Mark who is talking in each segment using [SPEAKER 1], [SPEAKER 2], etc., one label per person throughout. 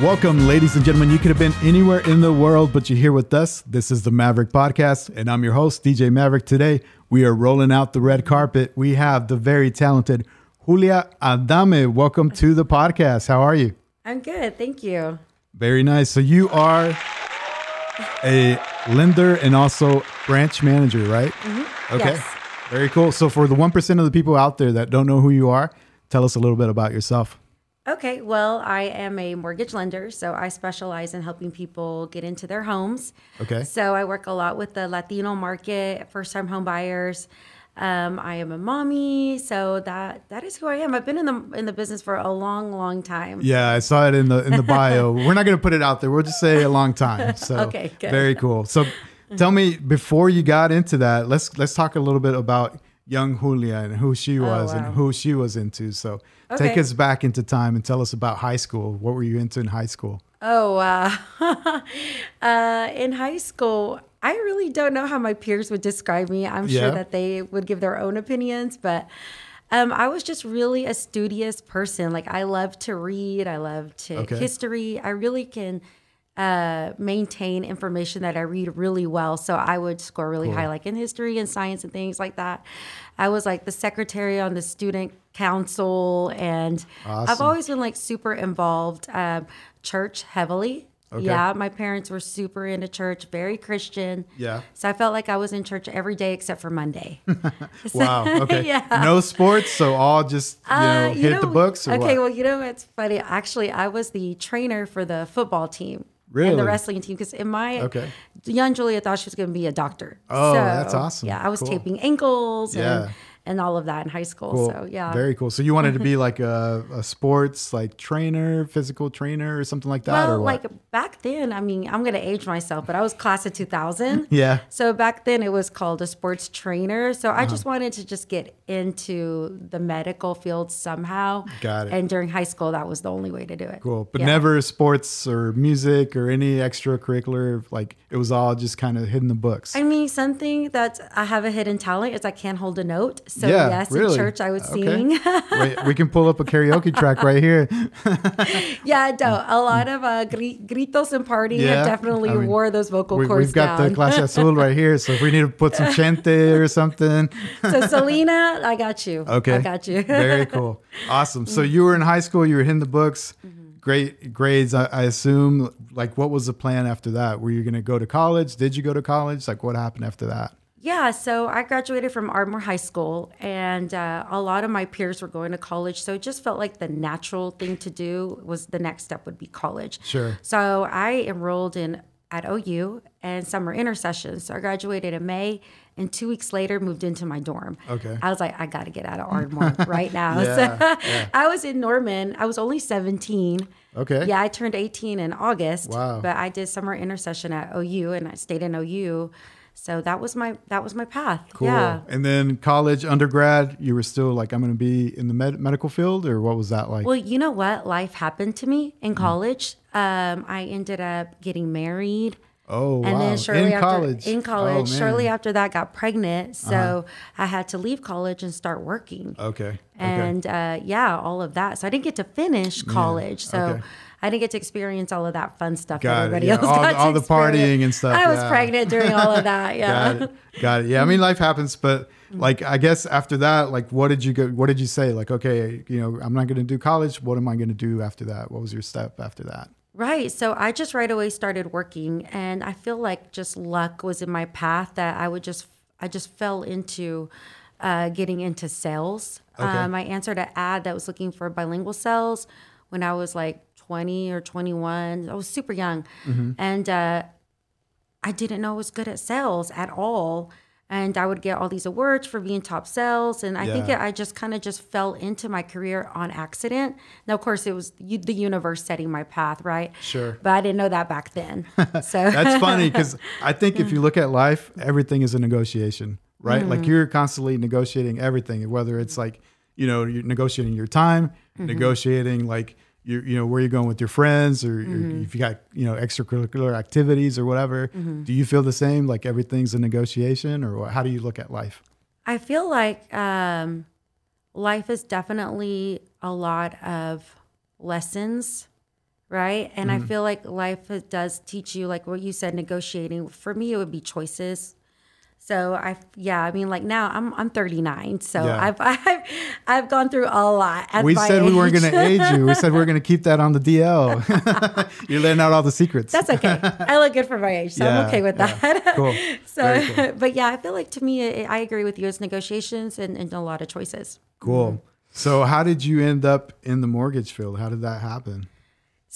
[SPEAKER 1] Welcome, ladies and gentlemen. You could have been anywhere in the world, but you're here with us. This is the Maverick Podcast, and I'm your host, DJ Maverick. Today, we are rolling out the red carpet. We have the very talented Julia Adame. Welcome to the podcast. How are you?
[SPEAKER 2] I'm good, thank you.
[SPEAKER 1] Very nice. So, you are a lender and also branch manager, right? Okay.
[SPEAKER 2] yes.
[SPEAKER 1] Very cool. So, for the 1% of the people out there that don't know who you are, tell us a little bit about yourself.
[SPEAKER 2] Okay, well, I am a mortgage lender, so I specialize in helping people get into their homes.
[SPEAKER 1] Okay.
[SPEAKER 2] So I work a lot with the Latino market, first-time home buyers. Um, I am a mommy, so that that is who I am. I've been in the in the business for a long, long time.
[SPEAKER 1] Yeah, I saw it in the in the bio. We're not going to put it out there. We'll just say a long time. So
[SPEAKER 2] Okay, good. Mm-hmm.
[SPEAKER 1] very cool. So tell me before you got into that, let's let's talk a little bit about young Julia and who she was
[SPEAKER 2] Oh, wow.
[SPEAKER 1] and who she was into. So take
[SPEAKER 2] Okay.
[SPEAKER 1] us back into time and tell us about high school. What were you into in high school?
[SPEAKER 2] Oh, uh, uh, in high school, I really don't know how my peers would describe me. I'm
[SPEAKER 1] Yeah.
[SPEAKER 2] sure that they would give their own opinions, but um, I was just really a studious person. Like I love to read. I love to
[SPEAKER 1] Okay.
[SPEAKER 2] history. I really can uh, maintain information that I read really well. So I would score really high, like in history and science and things like that. I was like the secretary on the student council, and I've
[SPEAKER 1] Awesome.
[SPEAKER 2] always been like super involved, um, church heavily.
[SPEAKER 1] Okay.
[SPEAKER 2] Yeah, my parents were super into church, very Christian.
[SPEAKER 1] Yeah.
[SPEAKER 2] So I felt like I was in church every day except for Monday.
[SPEAKER 1] Wow. Okay.
[SPEAKER 2] Yeah.
[SPEAKER 1] No sports, so all just you know
[SPEAKER 2] Uh,
[SPEAKER 1] hit the books or what?
[SPEAKER 2] okay, well, you know what's funny? Actually, I was the trainer for the football team and
[SPEAKER 1] Really?
[SPEAKER 2] the wrestling team because in my
[SPEAKER 1] Okay.
[SPEAKER 2] young Julia thought she was going to be a doctor.
[SPEAKER 1] Oh, that's awesome.
[SPEAKER 2] Yeah, I was
[SPEAKER 1] Cool.
[SPEAKER 2] taping ankles
[SPEAKER 1] Yeah.
[SPEAKER 2] and, and all of that in high school.
[SPEAKER 1] Cool.
[SPEAKER 2] So yeah, Mm-hmm.
[SPEAKER 1] Very cool. So you wanted to be like a, a sports like trainer, physical trainer or something like that
[SPEAKER 2] well,
[SPEAKER 1] or what?
[SPEAKER 2] like back then, I mean, I'm going to age myself, but I was class of 2000.
[SPEAKER 1] yeah.
[SPEAKER 2] So back then it was called a sports trainer. So I just
[SPEAKER 1] Uh-huh.
[SPEAKER 2] wanted to just get into the medical field somehow.
[SPEAKER 1] Got it.
[SPEAKER 2] And during high school, that was the only way to do it.
[SPEAKER 1] Cool, but
[SPEAKER 2] Yeah.
[SPEAKER 1] never sports or music or any extracurricular. Like it was all just kind of hidden the books.
[SPEAKER 2] I mean, something that I have a hidden talent is I can't hold a note. So
[SPEAKER 1] Yeah,
[SPEAKER 2] yes,
[SPEAKER 1] really?
[SPEAKER 2] in church I would
[SPEAKER 1] Okay.
[SPEAKER 2] sing.
[SPEAKER 1] Wait, we can pull up a karaoke track right here.
[SPEAKER 2] yeah, no, a lot of uh, gri- gritos and partying
[SPEAKER 1] Yeah,
[SPEAKER 2] have definitely
[SPEAKER 1] I mean,
[SPEAKER 2] wore those vocal
[SPEAKER 1] We,
[SPEAKER 2] cords
[SPEAKER 1] we've got
[SPEAKER 2] down.
[SPEAKER 1] the Clase Azul right here, so if we need to put some chente or something,
[SPEAKER 2] so Selena, I got you.
[SPEAKER 1] okay,
[SPEAKER 2] I got you.
[SPEAKER 1] Very cool, awesome. So you were in high school, you were hitting the books,
[SPEAKER 2] Mm-hmm.
[SPEAKER 1] great grades, I, I assume. Like, what was the plan after that? Were you going to go to college? Did you go to college? Like, what happened after that?
[SPEAKER 2] Yeah, so I graduated from Ardmore High School, and uh, a lot of my peers were going to college. So it just felt like the natural thing to do was the next step would be college.
[SPEAKER 1] Sure.
[SPEAKER 2] So I enrolled in at OU and summer intercession. So I graduated in May, and two weeks later moved into my dorm.
[SPEAKER 1] Okay.
[SPEAKER 2] I was like, I got to get out of Ardmore right now.
[SPEAKER 1] Yeah,
[SPEAKER 2] so I was in Norman. I was only seventeen.
[SPEAKER 1] Okay.
[SPEAKER 2] Yeah, I turned 18 in August.
[SPEAKER 1] Wow.
[SPEAKER 2] But I did summer intercession at OU and I stayed in OU. So that was my that was my path.
[SPEAKER 1] Cool.
[SPEAKER 2] Yeah.
[SPEAKER 1] And then college, undergrad, you were still like, I'm going to be in the med- medical field, or what was that like?
[SPEAKER 2] Well, you know what? Life happened to me in
[SPEAKER 1] Mm-hmm.
[SPEAKER 2] college. Um, I ended up getting married.
[SPEAKER 1] oh,
[SPEAKER 2] And
[SPEAKER 1] wow.
[SPEAKER 2] then shortly
[SPEAKER 1] in
[SPEAKER 2] after
[SPEAKER 1] college.
[SPEAKER 2] in college,
[SPEAKER 1] Oh, man. Uh-huh.
[SPEAKER 2] shortly after that got pregnant. So I had to leave college and start working.
[SPEAKER 1] Okay. okay.
[SPEAKER 2] and uh, yeah, all of that. So I didn't get to finish college. So
[SPEAKER 1] Okay.
[SPEAKER 2] I didn't get to experience all of that fun stuff.
[SPEAKER 1] Got it.
[SPEAKER 2] that everybody
[SPEAKER 1] Yeah,
[SPEAKER 2] else
[SPEAKER 1] all-
[SPEAKER 2] got to
[SPEAKER 1] all the
[SPEAKER 2] experience.
[SPEAKER 1] partying and stuff.
[SPEAKER 2] I was
[SPEAKER 1] Yeah.
[SPEAKER 2] pregnant during all of that.
[SPEAKER 1] Got
[SPEAKER 2] Yeah. Mm.
[SPEAKER 1] it. Got it. Yeah. I mean, life happens, but like, I guess after that, like, what did you go? What did you say? Like, okay, you know, I'm not going to do college. What am I going to do after that? What was your step after that?
[SPEAKER 2] Right. So I just right away started working, and I feel like just luck was in my path that I would just I just fell into uh, getting into sales.
[SPEAKER 1] Okay.
[SPEAKER 2] Um, I answered an ad that was looking for bilingual sales when I was like 20 or 21. I was super young,
[SPEAKER 1] Mm-hmm.
[SPEAKER 2] and uh, I didn't know I was good at sales at all. And I would get all these awards for being top sales. And I think
[SPEAKER 1] Yeah.
[SPEAKER 2] it, I just kind of just fell into my career on accident. Now, of course, it was u- the universe setting my path, right?
[SPEAKER 1] Sure.
[SPEAKER 2] But I didn't know that back then. So
[SPEAKER 1] That's funny because I think if you look at life, everything is a negotiation, right? Like you're constantly negotiating everything, whether it's like, you know, you're negotiating your time, negotiating like, you, you know, where you're going with your friends or, or if you got, you know, extracurricular activities or whatever. Do you feel the same? Like everything's a negotiation or what, how do you look at life?
[SPEAKER 2] I feel like um, life is definitely a lot of lessons, right? And
[SPEAKER 1] Mm-hmm.
[SPEAKER 2] I feel like life does teach you, like what you said, negotiating. For me, it would be choices. So I, yeah, I mean, like now I'm I'm 39, so
[SPEAKER 1] Yeah.
[SPEAKER 2] I've, I've I've gone through a lot. At
[SPEAKER 1] We
[SPEAKER 2] my
[SPEAKER 1] said we weren't
[SPEAKER 2] age.
[SPEAKER 1] going to age you. We said we are going to keep that on the DL. You're letting out all the secrets.
[SPEAKER 2] That's okay. I look good for my age, so I'm
[SPEAKER 1] Yeah,
[SPEAKER 2] okay with
[SPEAKER 1] yeah.
[SPEAKER 2] that.
[SPEAKER 1] cool.
[SPEAKER 2] So,
[SPEAKER 1] Very cool.
[SPEAKER 2] but yeah, I feel like to me, it, I agree with you. It's negotiations and, and a lot of choices. Mm-hmm.
[SPEAKER 1] Cool. So, how did you end up in the mortgage field? How did that happen?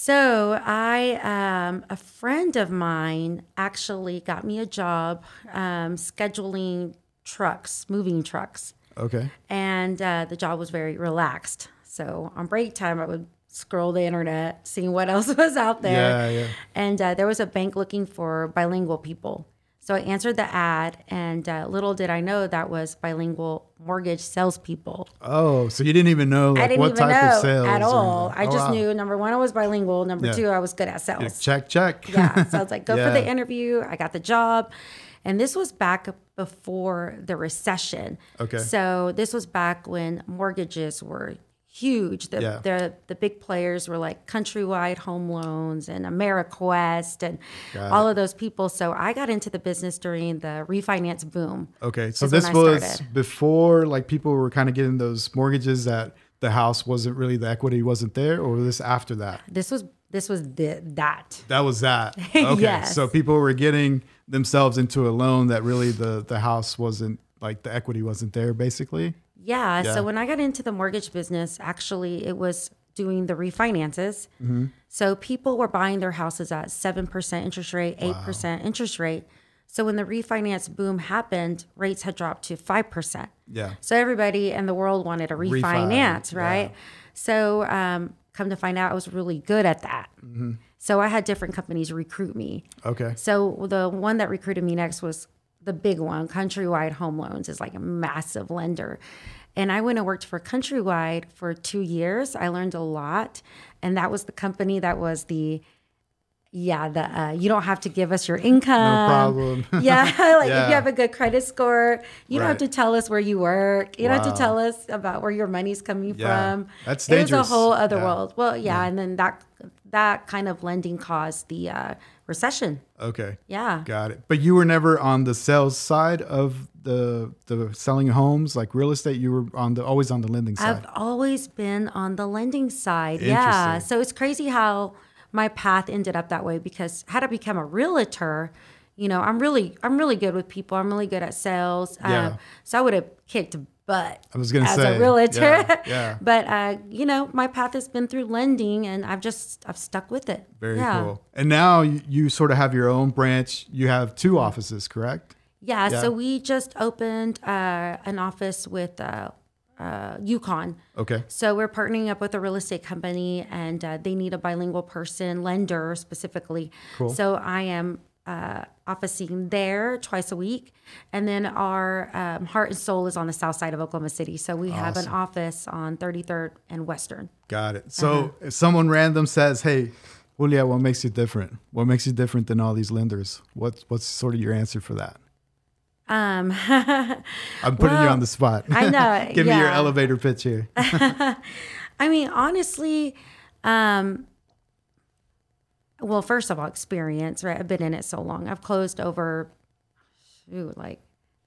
[SPEAKER 2] So I, um, a friend of mine actually got me a job um, scheduling trucks, moving trucks,
[SPEAKER 1] Okay.
[SPEAKER 2] and uh, the job was very relaxed. So on break time, I would scroll the internet, seeing what else was out there.
[SPEAKER 1] Yeah, yeah.
[SPEAKER 2] And uh, there was a bank looking for bilingual people. So I answered the ad, and uh, little did I know that was bilingual mortgage salespeople.
[SPEAKER 1] Oh, so you didn't even know like
[SPEAKER 2] I didn't
[SPEAKER 1] what
[SPEAKER 2] even
[SPEAKER 1] type
[SPEAKER 2] know
[SPEAKER 1] of sales
[SPEAKER 2] at
[SPEAKER 1] or
[SPEAKER 2] all.
[SPEAKER 1] anything.
[SPEAKER 2] I
[SPEAKER 1] Oh,
[SPEAKER 2] just
[SPEAKER 1] wow.
[SPEAKER 2] knew number one, I was bilingual. Number
[SPEAKER 1] Yeah.
[SPEAKER 2] two, I was good at
[SPEAKER 1] Yeah,
[SPEAKER 2] sales.
[SPEAKER 1] check, check.
[SPEAKER 2] Yeah. So I was like, go for
[SPEAKER 1] Yeah.
[SPEAKER 2] the interview. I got the job. And this was back before the recession.
[SPEAKER 1] Okay.
[SPEAKER 2] So this was back when mortgages were huge. The,
[SPEAKER 1] Yeah.
[SPEAKER 2] the, the big players were like Countrywide Home Loans and AmeriQuest and
[SPEAKER 1] Got
[SPEAKER 2] all of those people. So I got into the business during the refinance boom.
[SPEAKER 1] Okay, so
[SPEAKER 2] is when
[SPEAKER 1] this
[SPEAKER 2] I
[SPEAKER 1] was
[SPEAKER 2] started.
[SPEAKER 1] before like people were kind of getting those mortgages that the house wasn't really the equity wasn't there, or was this after that?
[SPEAKER 2] This was this was the, that.
[SPEAKER 1] That was that. Okay,
[SPEAKER 2] Yes.
[SPEAKER 1] so people were getting themselves into a loan that really the the house wasn't like the equity wasn't there, basically.
[SPEAKER 2] Yeah,
[SPEAKER 1] Yeah.
[SPEAKER 2] So when I got into the mortgage business, actually, it was doing the refinances. So people were buying their houses at 7% interest rate, 8% interest rate. So when the refinance boom happened, rates had dropped to 5%.
[SPEAKER 1] Yeah.
[SPEAKER 2] So everybody in the world wanted to refinance, right? So um, come to find out, I was really good at that. So I had different companies recruit me.
[SPEAKER 1] Okay.
[SPEAKER 2] So the one that recruited me next was the big one, Countrywide Home Loans is like a massive lender. And I went and worked for Countrywide for two years. I learned a lot. And that was the company that was the, yeah, the uh, you don't have to give us your income.
[SPEAKER 1] problem.
[SPEAKER 2] yeah, like if
[SPEAKER 1] Yeah.
[SPEAKER 2] you have a good credit score, you don't have
[SPEAKER 1] Right.
[SPEAKER 2] to tell us where you work. You don't have
[SPEAKER 1] Wow.
[SPEAKER 2] to tell us about where your money's coming
[SPEAKER 1] Yeah.
[SPEAKER 2] from.
[SPEAKER 1] That's
[SPEAKER 2] It was
[SPEAKER 1] dangerous.
[SPEAKER 2] a whole other
[SPEAKER 1] Yeah.
[SPEAKER 2] world. Well, yeah, and then that that kind of lending caused the uh, recession.
[SPEAKER 1] Okay.
[SPEAKER 2] Yeah.
[SPEAKER 1] Got it. But you were never on the sales side of the the selling homes, like real estate. You were on the always on the lending side.
[SPEAKER 2] I've always been on the lending side. Yeah.
[SPEAKER 1] Interesting.
[SPEAKER 2] So it's crazy how my path ended up that way because had I become a realtor, you know, I'm really I'm really good with people. I'm really good at sales. Um,
[SPEAKER 1] Yeah.
[SPEAKER 2] so I would have kicked butt.
[SPEAKER 1] I was gonna
[SPEAKER 2] as
[SPEAKER 1] say,
[SPEAKER 2] a realtor.
[SPEAKER 1] yeah, yeah.
[SPEAKER 2] but uh, you know, my path has been through lending, and I've just I've stuck with it.
[SPEAKER 1] Very
[SPEAKER 2] Yeah.
[SPEAKER 1] cool. And now you, you sort of have your own branch. You have
[SPEAKER 2] Mm-hmm.
[SPEAKER 1] two offices, correct?
[SPEAKER 2] Yeah,
[SPEAKER 1] Yeah.
[SPEAKER 2] So we just opened uh, an office with uh, uh, UConn.
[SPEAKER 1] Okay.
[SPEAKER 2] So we're partnering up with a real estate company, and uh, they need a bilingual person, lender specifically.
[SPEAKER 1] Cool.
[SPEAKER 2] So I am uh, officing there twice a week, and then our um, heart and soul is on the south side of Oklahoma City. So we have an office on 33rd and Western.
[SPEAKER 1] Got it. So
[SPEAKER 2] Mm-hmm.
[SPEAKER 1] if someone random says, "Hey, Julia, what makes you different? What makes you different than all these lenders?" What's what's sort of your answer for that?
[SPEAKER 2] Um,
[SPEAKER 1] I'm putting you
[SPEAKER 2] Well,
[SPEAKER 1] on the spot.
[SPEAKER 2] I know,
[SPEAKER 1] Give me your
[SPEAKER 2] yeah.
[SPEAKER 1] elevator pitch here.
[SPEAKER 2] I mean, honestly, um, well, first of all, experience, right? I've been in it so long. I've closed over, shoot, like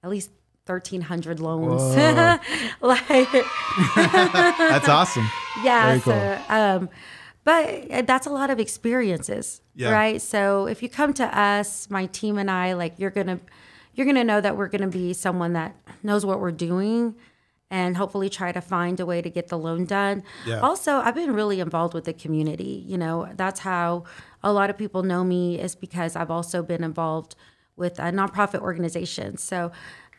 [SPEAKER 2] at least 1,300 loans.
[SPEAKER 1] Whoa.
[SPEAKER 2] like,
[SPEAKER 1] That's awesome.
[SPEAKER 2] yeah.
[SPEAKER 1] Very cool.
[SPEAKER 2] So, um, but uh, that's a lot of experiences,
[SPEAKER 1] Yeah.
[SPEAKER 2] right? So if you come to us, my team and I, like you're gonna, you're gonna know that we're gonna be someone that knows what we're doing, and hopefully try to find a way to get the loan done.
[SPEAKER 1] Yeah.
[SPEAKER 2] Also, I've been really involved with the community. You know, that's how a lot of people know me is because I've also been involved with a nonprofit organization. So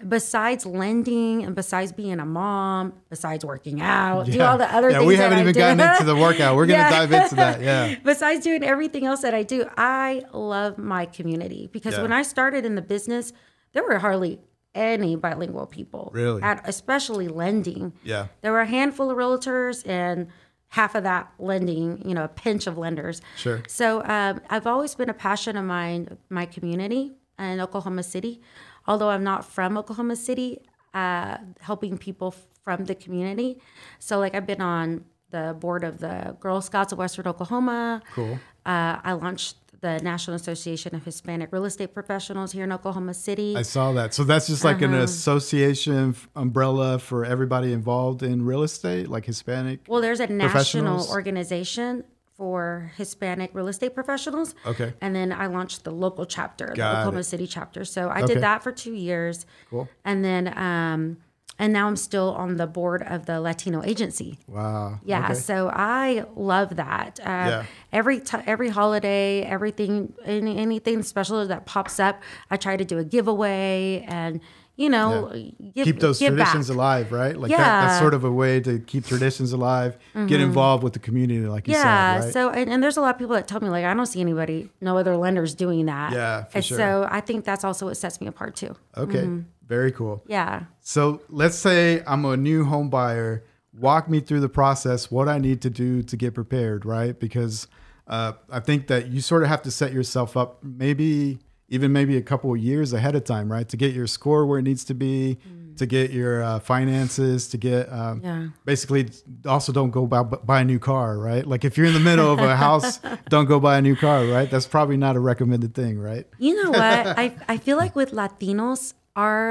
[SPEAKER 2] besides lending and besides being a mom, besides working out, do all the other
[SPEAKER 1] yeah,
[SPEAKER 2] things.
[SPEAKER 1] we haven't
[SPEAKER 2] that I
[SPEAKER 1] even
[SPEAKER 2] do.
[SPEAKER 1] gotten into the workout. We're gonna
[SPEAKER 2] Yeah.
[SPEAKER 1] dive into that. Yeah.
[SPEAKER 2] Besides doing everything else that I do, I love my community because
[SPEAKER 1] Yeah.
[SPEAKER 2] when I started in the business, there were hardly any bilingual people.
[SPEAKER 1] Really?
[SPEAKER 2] At, especially lending.
[SPEAKER 1] Yeah.
[SPEAKER 2] There were a handful of realtors and half of that lending, you know, a pinch of lenders.
[SPEAKER 1] Sure.
[SPEAKER 2] So um, I've always been a passion of mine, my community and Oklahoma City. Although I'm not from Oklahoma City, uh, helping people from the community. So like I've been on the board of the Girl Scouts of Western Oklahoma.
[SPEAKER 1] Cool.
[SPEAKER 2] Uh, I launched the National Association of Hispanic Real Estate Professionals here in Oklahoma City.
[SPEAKER 1] I saw that. So that's just like an
[SPEAKER 2] Uh-huh.
[SPEAKER 1] association f- umbrella for everybody involved in real estate, like Hispanic.
[SPEAKER 2] well, there's a national
[SPEAKER 1] Professionals?
[SPEAKER 2] organization for Hispanic real estate professionals.
[SPEAKER 1] Okay.
[SPEAKER 2] And then I launched the local chapter, the
[SPEAKER 1] Got
[SPEAKER 2] Oklahoma
[SPEAKER 1] it.
[SPEAKER 2] City chapter. So I
[SPEAKER 1] Okay.
[SPEAKER 2] did that for two years.
[SPEAKER 1] Cool.
[SPEAKER 2] And then, um, and now I'm still on the board of the Latino Agency.
[SPEAKER 1] Wow.
[SPEAKER 2] Yeah,
[SPEAKER 1] Okay.
[SPEAKER 2] so I love that. Uh,
[SPEAKER 1] Yeah.
[SPEAKER 2] Every t- every holiday, everything, any, anything special that pops up, I try to do a giveaway and you know give,
[SPEAKER 1] keep those
[SPEAKER 2] give
[SPEAKER 1] traditions
[SPEAKER 2] back.
[SPEAKER 1] alive, right? Like that, that's
[SPEAKER 2] Yeah. Mm-hmm.
[SPEAKER 1] sort of a way to keep traditions alive, get involved with the community, like you
[SPEAKER 2] Yeah.
[SPEAKER 1] said, right?
[SPEAKER 2] So and, and there's a lot of people that tell me like I don't see anybody, no other lenders doing that.
[SPEAKER 1] Yeah, for
[SPEAKER 2] and
[SPEAKER 1] sure.
[SPEAKER 2] So I think that's also what sets me apart too.
[SPEAKER 1] okay,
[SPEAKER 2] Mm-hmm.
[SPEAKER 1] very cool.
[SPEAKER 2] Yeah.
[SPEAKER 1] So let's say I'm a new home buyer. Walk me through the process, what I need to do to get prepared, right? Because uh, I think that you sort of have to set yourself up, maybe even maybe a couple of years ahead of time, right? To get your score where it needs to be, to get your uh, finances, to get um,
[SPEAKER 2] Mm. Yeah.
[SPEAKER 1] basically also don't go buy, buy a new car, right? Like if you're in the middle of a house, don't go buy a new car, right? That's probably not a recommended thing, right?
[SPEAKER 2] You know what? I I feel like with Latinos, our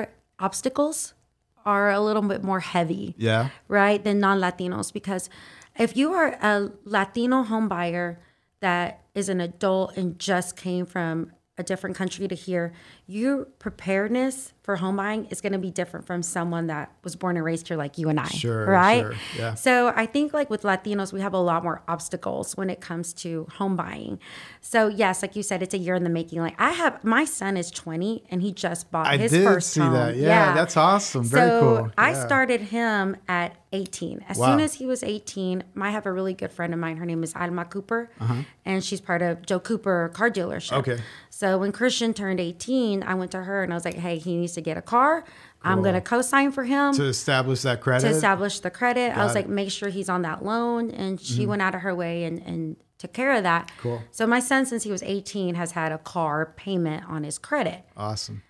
[SPEAKER 2] obstacles are a little bit more heavy.
[SPEAKER 1] Yeah.
[SPEAKER 2] right, than non Latinos. Because if you are a Latino home buyer that is an adult and just came from a different country to here, your preparedness for home buying is going to be different from someone that was born and raised here, like you and I.
[SPEAKER 1] Sure,
[SPEAKER 2] Right.
[SPEAKER 1] sure, yeah.
[SPEAKER 2] So I think like with Latinos, we have a lot more obstacles when it comes to home buying. So yes, like you said, it's a year in the making. Like I have, my son is 20 and he just bought
[SPEAKER 1] I
[SPEAKER 2] his
[SPEAKER 1] did
[SPEAKER 2] first
[SPEAKER 1] see
[SPEAKER 2] home.
[SPEAKER 1] that. Yeah, that's awesome. Very
[SPEAKER 2] So
[SPEAKER 1] cool.
[SPEAKER 2] I
[SPEAKER 1] Yeah.
[SPEAKER 2] started him at 18. As
[SPEAKER 1] Wow.
[SPEAKER 2] soon as he was 18, I have a really good friend of mine. Her name is Alma Cooper, and she's part of Joe Cooper Car Dealership.
[SPEAKER 1] Uh-huh. Okay.
[SPEAKER 2] So when Christian turned 18, I went to her and I was like, "Hey, he needs to get a car. I'm going to co-sign for him."
[SPEAKER 1] To establish that credit.
[SPEAKER 2] to establish the credit. I
[SPEAKER 1] Got it.
[SPEAKER 2] was
[SPEAKER 1] Mm-hmm.
[SPEAKER 2] like, make sure he's on that loan. And she went out of her way and, and took care of that.
[SPEAKER 1] Cool.
[SPEAKER 2] So my son, since he was 18, has had a car payment on his credit.
[SPEAKER 1] awesome.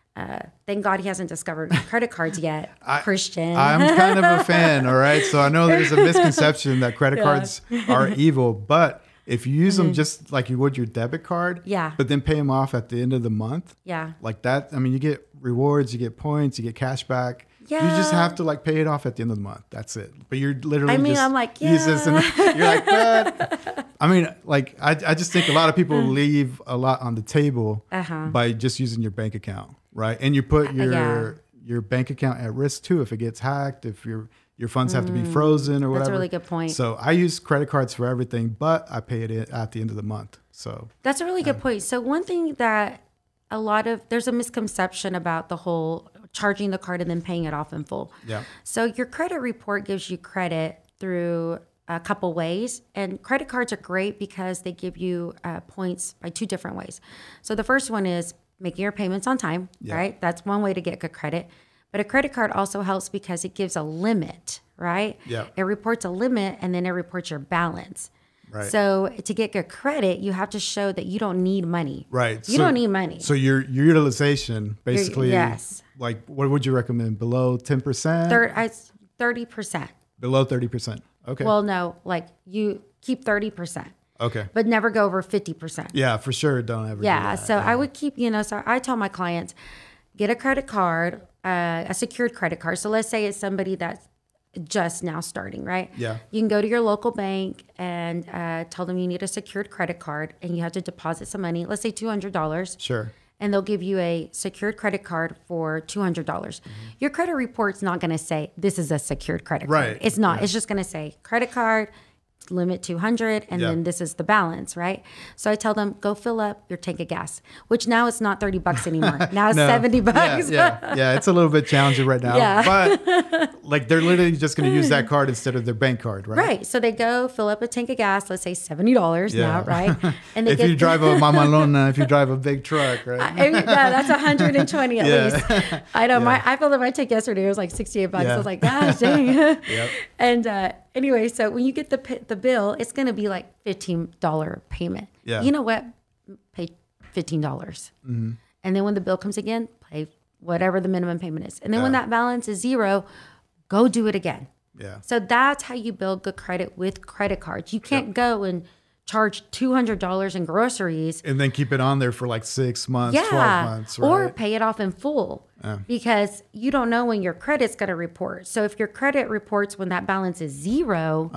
[SPEAKER 2] Thank God he hasn't discovered credit cards yet, Christian.
[SPEAKER 1] I'm kind of a fan, all right? So I know there's a misconception that credit cards are evil, but if you use them just like you would your debit card,
[SPEAKER 2] Mm-hmm. Yeah.
[SPEAKER 1] but then pay them off at the end of the month,
[SPEAKER 2] yeah.
[SPEAKER 1] like that, I mean, you get rewards, you get points, you get cash back. You just
[SPEAKER 2] Yeah.
[SPEAKER 1] have to like pay it off at the end of the month. That's it. But you're literally
[SPEAKER 2] I mean,
[SPEAKER 1] just
[SPEAKER 2] I'm like,
[SPEAKER 1] use this and you're like, what? I mean, like I, I just think a lot of people leave a lot on the table
[SPEAKER 2] Mm. Uh-huh. Uh,
[SPEAKER 1] by just using your bank account, right? And you put your
[SPEAKER 2] yeah.
[SPEAKER 1] your bank account at risk too if it gets hacked, if your your funds have to be frozen or whatever.
[SPEAKER 2] Mm. That's a really good point.
[SPEAKER 1] So I use credit cards for everything, but I pay it at the end of the month. So
[SPEAKER 2] That's a really good point. So one thing that a lot of there's a misconception about the whole charging the card and then paying it off in full.
[SPEAKER 1] yeah,
[SPEAKER 2] So your credit report gives you credit through a couple ways, and credit cards are great because they give you uh, points by two different ways. So the first one is making your payments on time, right? That's one way to get good credit. But a credit card also helps because it gives a limit, right?
[SPEAKER 1] Yeah.
[SPEAKER 2] It reports a limit and then it reports your balance.
[SPEAKER 1] Right.
[SPEAKER 2] So to get good credit, you have to show that you don't need money.
[SPEAKER 1] right.
[SPEAKER 2] You don't need money.
[SPEAKER 1] So your, your utilization basically,
[SPEAKER 2] yes.
[SPEAKER 1] like what would you recommend? Below ten percent,
[SPEAKER 2] Thir- it's 30%.
[SPEAKER 1] below thirty percent. Okay.
[SPEAKER 2] Well, no, like you keep 30%.
[SPEAKER 1] okay.
[SPEAKER 2] but never go over 50%. Yeah.
[SPEAKER 1] Yeah, for sure. Don't ever. do that.
[SPEAKER 2] so I would keep, you know, so I tell my clients get a credit card, uh, a secured credit card. So let's say it's somebody that's just now starting, right?
[SPEAKER 1] Yeah.
[SPEAKER 2] You can go to your local bank and uh, tell them you need a secured credit card and you have to deposit some money, let's say $200
[SPEAKER 1] Sure.
[SPEAKER 2] and they'll give you a secured credit card for $200.
[SPEAKER 1] Mm-hmm.
[SPEAKER 2] dollars Your credit report's not going to say this is a secured credit
[SPEAKER 1] Right.
[SPEAKER 2] card. It's not. It's just going to say credit card limit 200 and
[SPEAKER 1] Yeah.
[SPEAKER 2] then this is the balance, right? So I tell them go fill up your tank of gas, which now it's not 30 bucks anymore. now it's
[SPEAKER 1] No.
[SPEAKER 2] 70
[SPEAKER 1] Yeah,
[SPEAKER 2] bucks.
[SPEAKER 1] Yeah, yeah, It's a little bit challenging right now.
[SPEAKER 2] Yeah.
[SPEAKER 1] But like they're literally just going to use that card instead of their bank card, right?
[SPEAKER 2] Right. So they go fill up a tank of gas, let's say $70
[SPEAKER 1] Yeah.
[SPEAKER 2] now, right? And they
[SPEAKER 1] If you drive a mamalona, if you drive a big truck, right?
[SPEAKER 2] I- yeah, that's 120 at
[SPEAKER 1] Yeah.
[SPEAKER 2] least. I know. My I filled up my tank yesterday. It was like 68 bucks.
[SPEAKER 1] Yeah.
[SPEAKER 2] I was like, gosh, dang.
[SPEAKER 1] Yep.
[SPEAKER 2] And uh, anyway, so when you get the pi- the bill, it's gonna be like fifteen dollar payment.
[SPEAKER 1] Yeah. Mm-hmm.
[SPEAKER 2] You know what? Pay fifteen dollars, and then when the bill comes again, pay whatever the minimum payment is, and then when
[SPEAKER 1] Yeah.
[SPEAKER 2] that balance is zero, go do it again.
[SPEAKER 1] Yeah.
[SPEAKER 2] So that's how you build good credit with credit cards. You can't go and charge $200 in groceries.
[SPEAKER 1] And then keep it on there for like six months,
[SPEAKER 2] Yeah.
[SPEAKER 1] 12 months, right?
[SPEAKER 2] Or pay it off in full because you don't know when your credit's going to report. So if your credit reports when that balance is 0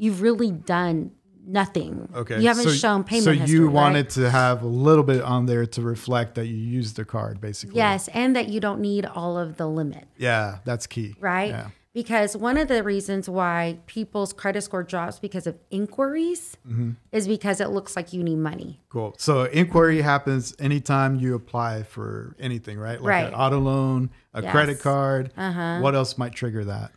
[SPEAKER 2] you've really done nothing.
[SPEAKER 1] Uh-huh. okay.
[SPEAKER 2] You haven't
[SPEAKER 1] so-
[SPEAKER 2] shown payment
[SPEAKER 1] So
[SPEAKER 2] history,
[SPEAKER 1] you
[SPEAKER 2] right?
[SPEAKER 1] wanted to have a little bit on there to reflect that you used the card, basically.
[SPEAKER 2] Yes, and that you don't need all of the limit.
[SPEAKER 1] Yeah, that's key.
[SPEAKER 2] right?
[SPEAKER 1] Yeah.
[SPEAKER 2] Because one of the reasons why people's credit score drops because of inquiries
[SPEAKER 1] Mm-hmm.
[SPEAKER 2] is because it looks like you need money.
[SPEAKER 1] Cool. So inquiry happens anytime you apply for anything, right? Like
[SPEAKER 2] Right.
[SPEAKER 1] an auto loan, a
[SPEAKER 2] Yes. Uh-huh.
[SPEAKER 1] credit card. What else might trigger that?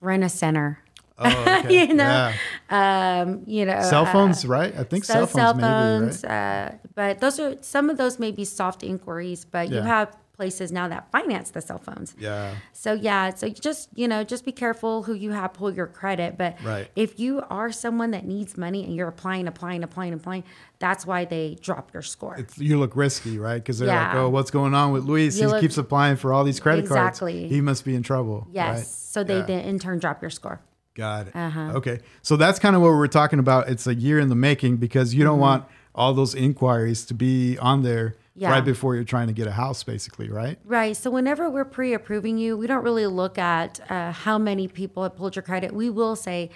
[SPEAKER 2] Rent a center,
[SPEAKER 1] Oh, okay.
[SPEAKER 2] You know,
[SPEAKER 1] Yeah.
[SPEAKER 2] um, you know,
[SPEAKER 1] cell
[SPEAKER 2] uh,
[SPEAKER 1] phones, right? I think cell
[SPEAKER 2] those
[SPEAKER 1] phones,
[SPEAKER 2] cell
[SPEAKER 1] maybe,
[SPEAKER 2] phones.
[SPEAKER 1] right?
[SPEAKER 2] uh, but those are some of those may be soft inquiries, but you
[SPEAKER 1] Yeah.
[SPEAKER 2] have places now that finance the cell phones.
[SPEAKER 1] Yeah.
[SPEAKER 2] So yeah, so you just you know, just be careful who you have pull your credit. But
[SPEAKER 1] Right.
[SPEAKER 2] if you are someone that needs money and you're applying, applying, applying, applying, that's why they drop your score.
[SPEAKER 1] It's, you look risky, right? Because they're like,
[SPEAKER 2] Yeah.
[SPEAKER 1] oh, what's going on with Luis?
[SPEAKER 2] You
[SPEAKER 1] he
[SPEAKER 2] look-
[SPEAKER 1] keeps applying for all these credit
[SPEAKER 2] Exactly.
[SPEAKER 1] cards. He must be in trouble.
[SPEAKER 2] Yes.
[SPEAKER 1] right?
[SPEAKER 2] So they
[SPEAKER 1] Yeah.
[SPEAKER 2] then in turn drop your score.
[SPEAKER 1] Got it.
[SPEAKER 2] Uh-huh.
[SPEAKER 1] Okay. So that's kind of what we're talking about. It's a year in the making because you don't
[SPEAKER 2] Mm-hmm.
[SPEAKER 1] want all those inquiries to be on there
[SPEAKER 2] Yeah.
[SPEAKER 1] right before you're trying to get a house, basically, right?
[SPEAKER 2] Right. So whenever we're pre-approving you, we don't really look at uh, how many people have pulled your credit. We will say,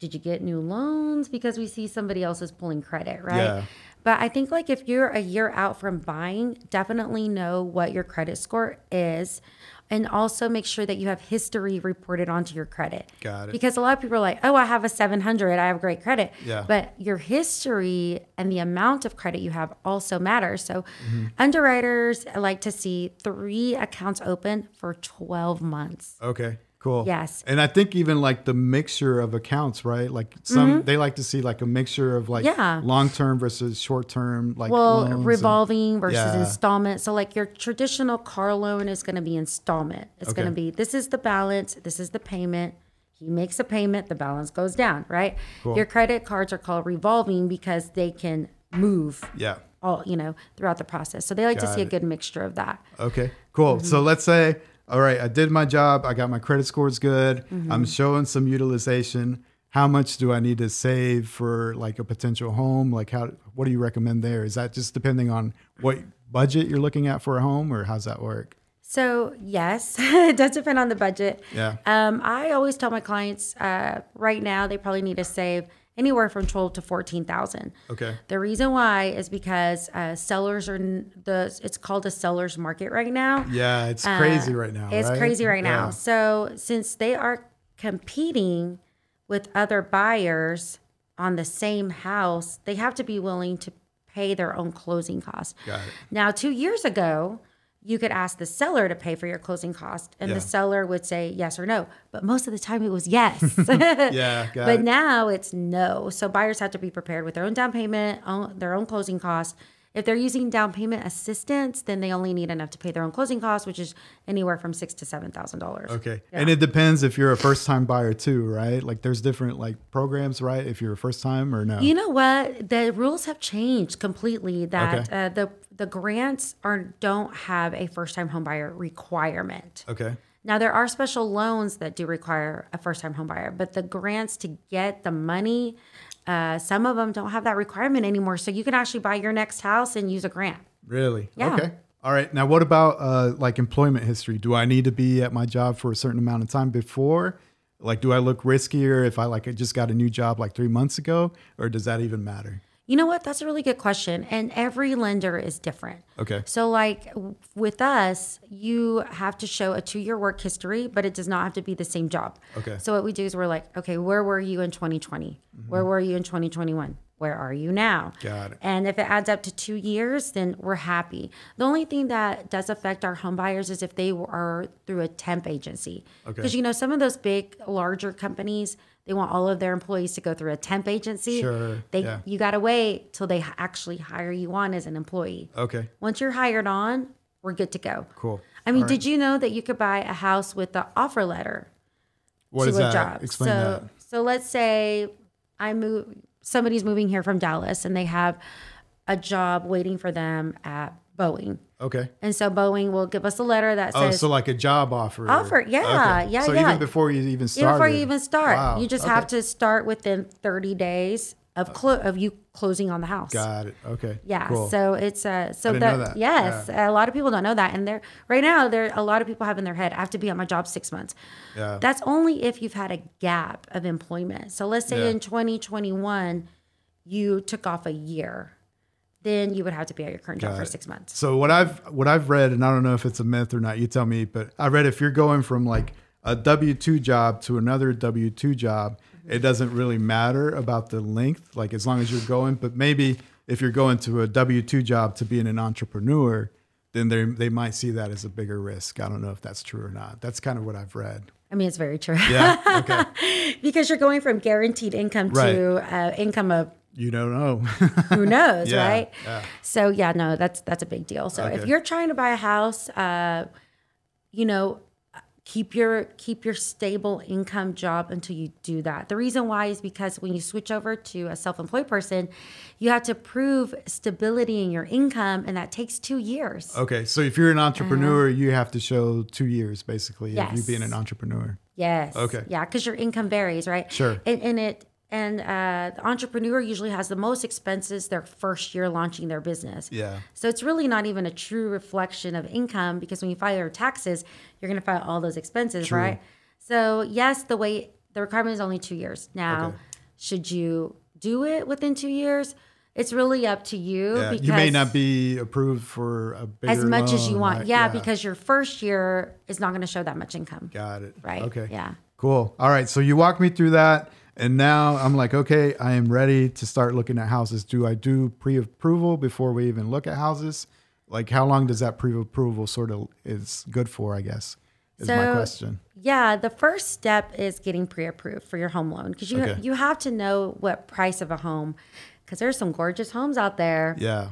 [SPEAKER 2] "Did you get new loans?" Because we see somebody else is pulling credit, right?
[SPEAKER 1] Yeah.
[SPEAKER 2] But I think like if you're a year out from buying, definitely know what your credit score is, and also make sure that you have history reported onto your credit.
[SPEAKER 1] Got it.
[SPEAKER 2] Because a lot of people are like, "Oh, I have a 700. I have great credit."
[SPEAKER 1] Yeah.
[SPEAKER 2] But but your history and the amount of credit you have also matters. So,
[SPEAKER 1] Mm-hmm.
[SPEAKER 2] underwriters like to see three accounts open for 12 months.
[SPEAKER 1] Okay, cool.
[SPEAKER 2] Yes.
[SPEAKER 1] And I think even like the mixture of accounts, right? Like some they like to see like a mixture of like
[SPEAKER 2] Mm-hmm. Yeah.
[SPEAKER 1] long term versus short term, like
[SPEAKER 2] Well,
[SPEAKER 1] loans and-
[SPEAKER 2] revolving versus
[SPEAKER 1] Yeah.
[SPEAKER 2] installment. So, like your traditional car loan is going to be installment. It's going to
[SPEAKER 1] Okay.
[SPEAKER 2] be this is the balance, this is the payment. He makes a payment, the balance goes down, right? Your credit cards are called revolving because they can move
[SPEAKER 1] yeah.
[SPEAKER 2] all, you know, throughout the process. So, they like to
[SPEAKER 1] Got
[SPEAKER 2] see a
[SPEAKER 1] it.
[SPEAKER 2] good mixture of that.
[SPEAKER 1] Okay, cool. So
[SPEAKER 2] Mm-hmm.
[SPEAKER 1] let's say, all right, I did my job. I got my credit scores good.
[SPEAKER 2] Mm-hmm.
[SPEAKER 1] I'm showing some utilization. How much do I need to save for like a potential home? Like how? What do you recommend there? Is that just depending on what budget you're looking at for a home, or how's that work?
[SPEAKER 2] So yes, it does depend on the budget.
[SPEAKER 1] Yeah.
[SPEAKER 2] Um, I always tell my clients uh, right now they probably need to save anywhere from twelve to fourteen thousand.
[SPEAKER 1] Okay.
[SPEAKER 2] The reason why is because uh, sellers are n- the it's called a seller's market right now.
[SPEAKER 1] Yeah, it's crazy right now.
[SPEAKER 2] Uh, It's
[SPEAKER 1] right?
[SPEAKER 2] crazy right now.
[SPEAKER 1] Yeah.
[SPEAKER 2] So since they are competing with other buyers on the same house, they have to be willing to pay their own closing costs.
[SPEAKER 1] Got it.
[SPEAKER 2] Now, two years ago, you could ask the seller to pay for your closing cost, and
[SPEAKER 1] Yeah.
[SPEAKER 2] the seller would say yes or no. But most of the time, it was yes.
[SPEAKER 1] Yeah, got
[SPEAKER 2] But
[SPEAKER 1] it.
[SPEAKER 2] now it's no. So buyers have to be prepared with their own down payment, own, their own closing costs. If they're using down payment assistance, then they only need enough to pay their own closing costs, which is anywhere from six to seven thousand dollars.
[SPEAKER 1] Okay. And it depends if you're a first time buyer too, right? Like there's different like programs, right? If you're a first time or no.
[SPEAKER 2] You know what? The rules have changed completely. That
[SPEAKER 1] Okay.
[SPEAKER 2] uh, the the grants are don't have a first time homebuyer requirement.
[SPEAKER 1] okay.
[SPEAKER 2] Now there are special loans that do require a first-time homebuyer, but the grants to get the money, uh, some of them don't have that requirement anymore. So you can actually buy your next house and use a grant.
[SPEAKER 1] Really?
[SPEAKER 2] Yeah.
[SPEAKER 1] Okay. All right. Now what about uh like employment history? Do I need to be at my job for a certain amount of time before? Like do I look riskier if I like I just got a new job like 3 months ago or does that even matter?
[SPEAKER 2] You know what? That's a really good question, and every lender is different.
[SPEAKER 1] Okay.
[SPEAKER 2] So, like w- with us, you have to show a two year work history, but it does not have to be the same job.
[SPEAKER 1] Okay.
[SPEAKER 2] So, what we do is we're like, okay, where were you in 2020? Where were you in 2021? Where are you now?
[SPEAKER 1] Got it.
[SPEAKER 2] And if it adds up to two years, then we're happy. The only thing that does affect our home buyers is if they are through a temp agency.
[SPEAKER 1] Okay.
[SPEAKER 2] Because, you know, some of those big, larger companies, they want all of their employees to go through a temp agency.
[SPEAKER 1] Sure,
[SPEAKER 2] They,
[SPEAKER 1] yeah.
[SPEAKER 2] You got to wait till they h- actually hire you on as an employee.
[SPEAKER 1] Okay.
[SPEAKER 2] Once you're hired on, we're good to go.
[SPEAKER 1] Cool.
[SPEAKER 2] I mean,
[SPEAKER 1] All right.
[SPEAKER 2] did you know that you could buy a house with the offer letter
[SPEAKER 1] What
[SPEAKER 2] to
[SPEAKER 1] is
[SPEAKER 2] a
[SPEAKER 1] that?
[SPEAKER 2] job?
[SPEAKER 1] Explain
[SPEAKER 2] so,
[SPEAKER 1] that.
[SPEAKER 2] so let's say I move, somebody's moving here from Dallas, and they have a job waiting for them at Boeing.
[SPEAKER 1] Okay.
[SPEAKER 2] And so Boeing will give us a letter that
[SPEAKER 1] Oh,
[SPEAKER 2] says,
[SPEAKER 1] so like a job offer.
[SPEAKER 2] Offer, yeah, yeah,
[SPEAKER 1] So
[SPEAKER 2] yeah.
[SPEAKER 1] even before you even
[SPEAKER 2] even
[SPEAKER 1] started.
[SPEAKER 2] before you even start,
[SPEAKER 1] Wow,
[SPEAKER 2] you just
[SPEAKER 1] okay.
[SPEAKER 2] have to start within 30 days of clo- of you closing on the house.
[SPEAKER 1] Got it. Okay.
[SPEAKER 2] Yeah.
[SPEAKER 1] Cool.
[SPEAKER 2] So it's uh so
[SPEAKER 1] didn't
[SPEAKER 2] that,
[SPEAKER 1] know that.
[SPEAKER 2] yes, a lot of people don't know that. And they're right now there a lot of people have in their head, I have to be at my job six months.
[SPEAKER 1] Yeah.
[SPEAKER 2] That's only if you've had a gap of employment. So let's say
[SPEAKER 1] Yeah.
[SPEAKER 2] in twenty twenty one you took off a year, then you would have to be at your current job for
[SPEAKER 1] it.
[SPEAKER 2] six months.
[SPEAKER 1] So what I've what I've read, and I don't know if it's a myth or not. You tell me. But I read if you're going from like a W two job to another W two job, it doesn't really matter about the length. Like as long as you're going. But maybe if you're going to a W two job to being an entrepreneur, then they they might see that as a bigger risk. I don't know if that's true or not. That's kind of what I've read.
[SPEAKER 2] I mean it's very true.
[SPEAKER 1] Yeah. Okay.
[SPEAKER 2] because you're going from guaranteed income to uh, income of
[SPEAKER 1] you don't know.
[SPEAKER 2] who knows,
[SPEAKER 1] Yeah,
[SPEAKER 2] right?
[SPEAKER 1] yeah.
[SPEAKER 2] So yeah, no, that's that's a big deal. So if
[SPEAKER 1] Okay.
[SPEAKER 2] you're trying to buy a house, uh, you know, keep your keep your stable income job until you do that. The reason why is because when you switch over to a self-employed person, you have to prove stability in your income, and that takes two years.
[SPEAKER 1] okay. So if you're an entrepreneur, you have to show two years basically of you
[SPEAKER 2] Yes.
[SPEAKER 1] being an entrepreneur.
[SPEAKER 2] Yes.
[SPEAKER 1] Okay.
[SPEAKER 2] Yeah, because your income varies, right?
[SPEAKER 1] Sure.
[SPEAKER 2] And, and it and uh, the entrepreneur usually has the most expenses their first year launching their business.
[SPEAKER 1] Yeah.
[SPEAKER 2] So it's really not even a true reflection of income because when you file your taxes, you're going to file all those expenses, right? So yes, the way the requirement is only two years. Now,
[SPEAKER 1] Okay.
[SPEAKER 2] should you do it within two years? It's really up to you.
[SPEAKER 1] Yeah,
[SPEAKER 2] because
[SPEAKER 1] you may not be approved for a bigger
[SPEAKER 2] as much as you
[SPEAKER 1] loan,
[SPEAKER 2] want.
[SPEAKER 1] right?
[SPEAKER 2] yeah, because your first year is not going to show that much income.
[SPEAKER 1] got it.
[SPEAKER 2] Right.
[SPEAKER 1] Okay.
[SPEAKER 2] Yeah.
[SPEAKER 1] Cool. All right. So you walk me through that, and now I'm like, okay, I am ready to start looking at houses. Do I do pre-approval before we even look at houses? Like, how long does that pre-approval sort of is good for? I guess is my
[SPEAKER 2] So-
[SPEAKER 1] question.
[SPEAKER 2] Yeah, the first step is getting pre-approved for your home loan because you
[SPEAKER 1] Okay.
[SPEAKER 2] you have to know what price of a home because there's some gorgeous homes out there,
[SPEAKER 1] Yeah.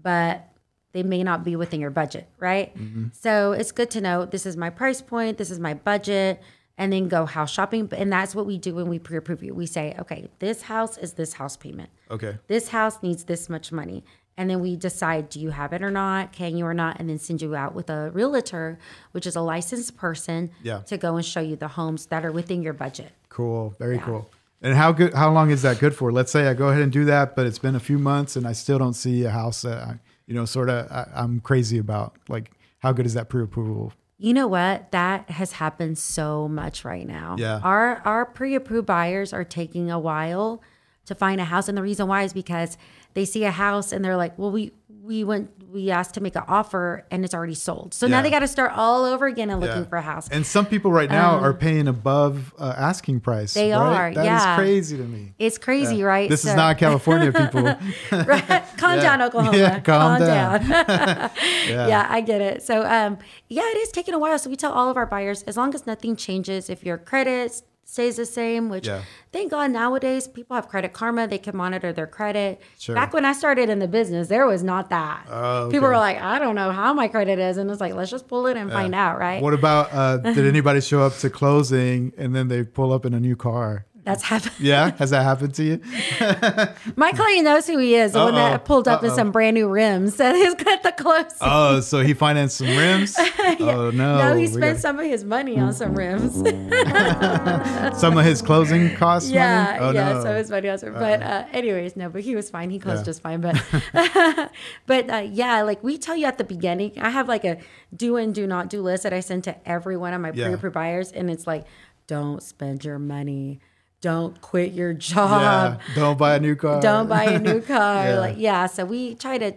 [SPEAKER 2] but they may not be within your budget, right? So it's good to know this is my price point, this is my budget, and then go house shopping. And that's what we do when we pre-approve you. We say, okay, this house is this house payment
[SPEAKER 1] Okay.
[SPEAKER 2] this house needs this much money. And then we decide do you have it or not, can you or not, and then send you out with a realtor, which is a licensed person,
[SPEAKER 1] Yeah.
[SPEAKER 2] to go and show you the homes that are within your budget.
[SPEAKER 1] Cool. Very cool. And how good? How long is that good for? Let's say I go ahead and do that, but it's been a few months, and I still don't see a house that I, you know, sort of I, I'm crazy about. Like, how good is that pre-approval?
[SPEAKER 2] You know what? That has happened so much right now.
[SPEAKER 1] Yeah.
[SPEAKER 2] Our our pre-approved buyers are taking a while to find a house. And the reason why is because they see a house and they're like, well, we we went we asked to make an offer and it's already sold. So
[SPEAKER 1] Yeah.
[SPEAKER 2] now they gotta start all over again and looking
[SPEAKER 1] Yeah.
[SPEAKER 2] for a house. Um,
[SPEAKER 1] And some people right now are paying above uh, asking price.
[SPEAKER 2] They
[SPEAKER 1] right?
[SPEAKER 2] are,
[SPEAKER 1] That is
[SPEAKER 2] yeah.
[SPEAKER 1] crazy to me.
[SPEAKER 2] it's crazy, right?
[SPEAKER 1] This is
[SPEAKER 2] So-
[SPEAKER 1] not California, people.
[SPEAKER 2] right? calm down, Oklahoma.
[SPEAKER 1] Yeah, calm
[SPEAKER 2] calm,
[SPEAKER 1] down.
[SPEAKER 2] down. yeah. I get it. So, um, yeah, it is taking a while. So we tell all of our buyers, as long as nothing changes, if your credit stays the same, which
[SPEAKER 1] Yeah.
[SPEAKER 2] thank God nowadays people have credit karma, they can monitor their credit.
[SPEAKER 1] Sure.
[SPEAKER 2] Back when I started in the business, there was not that.
[SPEAKER 1] Oh,
[SPEAKER 2] People were
[SPEAKER 1] okay.
[SPEAKER 2] like, I don't know how my credit is, and it's like, let's just pull it and find out, right?
[SPEAKER 1] what about uh, did anybody show up to closing and then they pull up in a new car?
[SPEAKER 2] That's happened.
[SPEAKER 1] Yeah, has that happened to you?
[SPEAKER 2] My client knows who he is, the one
[SPEAKER 1] Uh-oh.
[SPEAKER 2] that pulled up in
[SPEAKER 1] Uh-oh.
[SPEAKER 2] some brand new rims that is at the closing.
[SPEAKER 1] Oh, so he financed some rims. Oh no!
[SPEAKER 2] no, he
[SPEAKER 1] we
[SPEAKER 2] spent
[SPEAKER 1] gotta-
[SPEAKER 2] some of his money on some rims.
[SPEAKER 1] some of his closing costs.
[SPEAKER 2] yeah,
[SPEAKER 1] money? Oh,
[SPEAKER 2] yeah.
[SPEAKER 1] no. Uh-uh.
[SPEAKER 2] So his money also. But uh, anyways, no. But he was fine. He closed
[SPEAKER 1] Yeah.
[SPEAKER 2] just fine. But but uh, yeah, like we tell you at the beginning, I have like a do and do not do list that I send to every one of my
[SPEAKER 1] Yeah.
[SPEAKER 2] pre-approved buyers, and it's like, don't spend your money, don't quit your
[SPEAKER 1] yeah.
[SPEAKER 2] job,
[SPEAKER 1] Don't buy a new car.
[SPEAKER 2] don't buy a new car.
[SPEAKER 1] Yeah.
[SPEAKER 2] Like yeah. So we try to.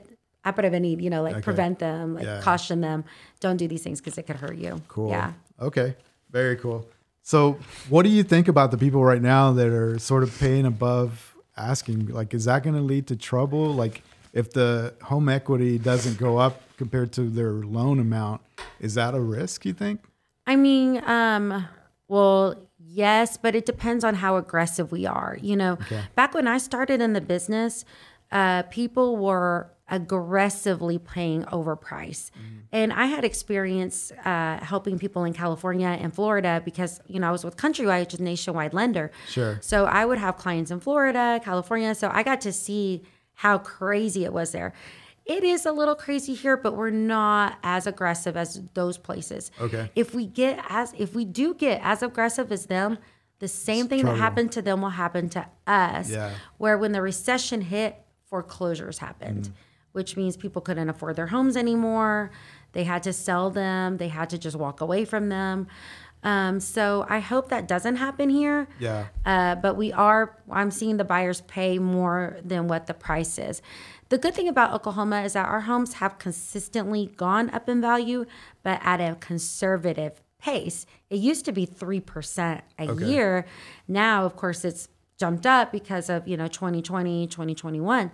[SPEAKER 2] Out of need, you know, like
[SPEAKER 1] Okay.
[SPEAKER 2] prevent them, like
[SPEAKER 1] Yeah.
[SPEAKER 2] caution them, don't do these things because it could hurt you.
[SPEAKER 1] Cool.
[SPEAKER 2] Yeah.
[SPEAKER 1] Okay. Very cool. So, what do you think about the people right now that are sort of paying above asking? Like, is that going to lead to trouble? Like, if the home equity doesn't go up compared to their loan amount, is that a risk? You think?
[SPEAKER 2] I mean, um, well, yes, but it depends on how aggressive we are. You know, back when I started in the business, uh, people were aggressively paying overprice. And I had experience uh, helping people in California and Florida because, you know, I was with Countrywide, which is a nationwide lender.
[SPEAKER 1] Sure.
[SPEAKER 2] So I would have clients in Florida, California. So I got to see how crazy it was there. It is a little crazy here, but we're not as aggressive as those places.
[SPEAKER 1] Okay.
[SPEAKER 2] If we get as if we do get as aggressive as them, the same thing
[SPEAKER 1] trouble.
[SPEAKER 2] that happened to them will happen to us.
[SPEAKER 1] Yeah.
[SPEAKER 2] Where when the recession hit, foreclosures
[SPEAKER 1] Mm.
[SPEAKER 2] happened, which means people couldn't afford their homes anymore. They had to sell them. They had to just walk away from them. Um, so I hope that doesn't happen here.
[SPEAKER 1] Yeah.
[SPEAKER 2] Uh, but we are, I'm seeing the buyers pay more than what the price is. The good thing about Oklahoma is that our homes have consistently gone up in value, but at a conservative pace. It used to be 3% a
[SPEAKER 1] Okay.
[SPEAKER 2] year. Now, of course, it's jumped up because of, you know, 2020, 2021.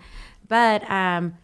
[SPEAKER 2] But, um,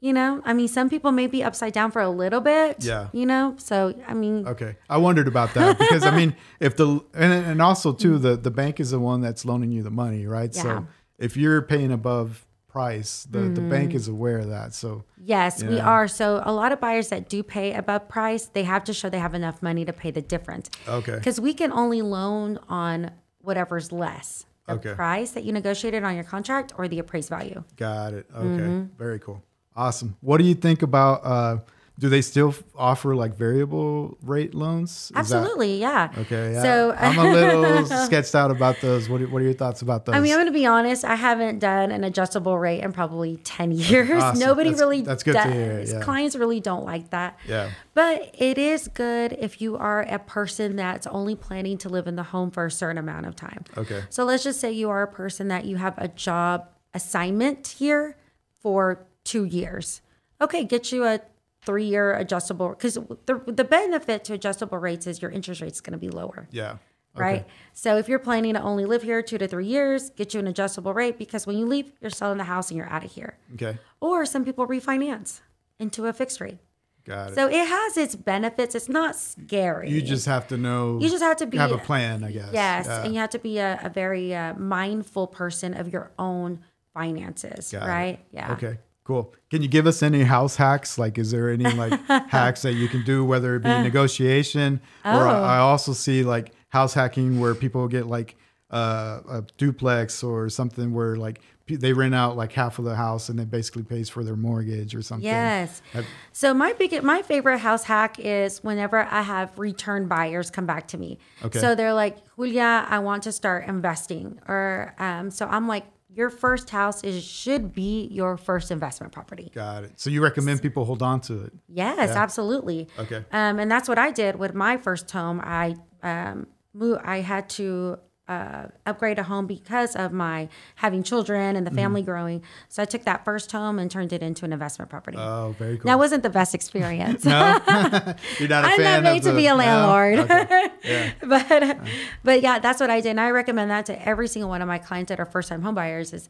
[SPEAKER 2] you know, I mean, some people may be upside down for a little bit.
[SPEAKER 1] Yeah.
[SPEAKER 2] You know, so I mean,
[SPEAKER 1] Okay, I wondered about that because I mean, if the and, and also too the the bank is the one that's loaning you the money, right?
[SPEAKER 2] Yeah.
[SPEAKER 1] So if you're paying above price, the the
[SPEAKER 2] Mm.
[SPEAKER 1] bank is aware of that. So
[SPEAKER 2] Yes, we
[SPEAKER 1] Yeah.
[SPEAKER 2] are. So a lot of buyers that do pay above price, they have to show they have enough money to pay the difference.
[SPEAKER 1] Okay.
[SPEAKER 2] Because we can only loan on whatever's less. The
[SPEAKER 1] Okay.
[SPEAKER 2] price that you negotiated on your contract or the appraised value.
[SPEAKER 1] got it. Okay,
[SPEAKER 2] Mm-hmm.
[SPEAKER 1] very cool, awesome. What do you think about? uh Do they still f- offer like variable rate loans? Is that-
[SPEAKER 2] Absolutely, yeah.
[SPEAKER 1] okay. Yeah.
[SPEAKER 2] So
[SPEAKER 1] I'm a little sketched out about those. What are, What are your thoughts about those?
[SPEAKER 2] I mean, I'm going to be honest. I haven't done an adjustable rate in probably ten years.
[SPEAKER 1] Ah, Awesome.
[SPEAKER 2] Nobody
[SPEAKER 1] That's-
[SPEAKER 2] really
[SPEAKER 1] that's good to
[SPEAKER 2] does.
[SPEAKER 1] hear, yeah.
[SPEAKER 2] Clients really don't like that.
[SPEAKER 1] Yeah.
[SPEAKER 2] But it is good if you are a person that's only planning to live in the home for a certain amount of time.
[SPEAKER 1] Okay.
[SPEAKER 2] So let's just say you are a person that you have a job assignment here for two years. Okay, get you a three year adjustable because the, the benefit to adjustable rates is your interest rate's going to be lower
[SPEAKER 1] yeah.
[SPEAKER 2] right? So if you're planning to only live here two to three years, get you an adjustable rate because when you leave, you're selling the house and you're out of here.
[SPEAKER 1] Okay.
[SPEAKER 2] Or some people refinance into a fixed rate.
[SPEAKER 1] Got it.
[SPEAKER 2] So it has its benefits. It's not scary.
[SPEAKER 1] you just have to know.
[SPEAKER 2] You just have to be-
[SPEAKER 1] have a plan, I guess.
[SPEAKER 2] yes,
[SPEAKER 1] Yeah.
[SPEAKER 2] and you have to be a, a very uh, mindful person of your own finances,
[SPEAKER 1] Got it.
[SPEAKER 2] right? Yeah.
[SPEAKER 1] Okay, cool. Can you give us any house hacks? Like, is there any like hacks that you can do, whether it be negotiation or
[SPEAKER 2] Uh. Oh.
[SPEAKER 1] I, I also see like house hacking where people get like uh, a duplex or something where like pe- they rent out like half of the house and it basically pays for their mortgage or something.
[SPEAKER 2] Yes.
[SPEAKER 1] Have-
[SPEAKER 2] So my big, my favorite house hack is whenever I have return buyers come back to me.
[SPEAKER 1] Okay.
[SPEAKER 2] So they're like, Julia, I want to start investing, or um, so I'm like, your first house is should be your first investment property.
[SPEAKER 1] Got it. So you recommend people hold on to it.
[SPEAKER 2] Yes, absolutely.
[SPEAKER 1] Okay.
[SPEAKER 2] Um, and that's what I did with my first home. I um, moved, I had to uh, upgrade a home because of my having children
[SPEAKER 1] Mm-hmm.
[SPEAKER 2] and the family growing. So I took that first home and turned it into an investment property.
[SPEAKER 1] Oh, very cool.
[SPEAKER 2] that wasn't the best experience.
[SPEAKER 1] You're not a
[SPEAKER 2] I'm not
[SPEAKER 1] fan
[SPEAKER 2] made
[SPEAKER 1] of
[SPEAKER 2] to
[SPEAKER 1] the-
[SPEAKER 2] be a
[SPEAKER 1] No?
[SPEAKER 2] landlord.
[SPEAKER 1] Okay. Yeah.
[SPEAKER 2] but but yeah, that's what I did. And I recommend that to every single one of my clients that are first time homebuyers is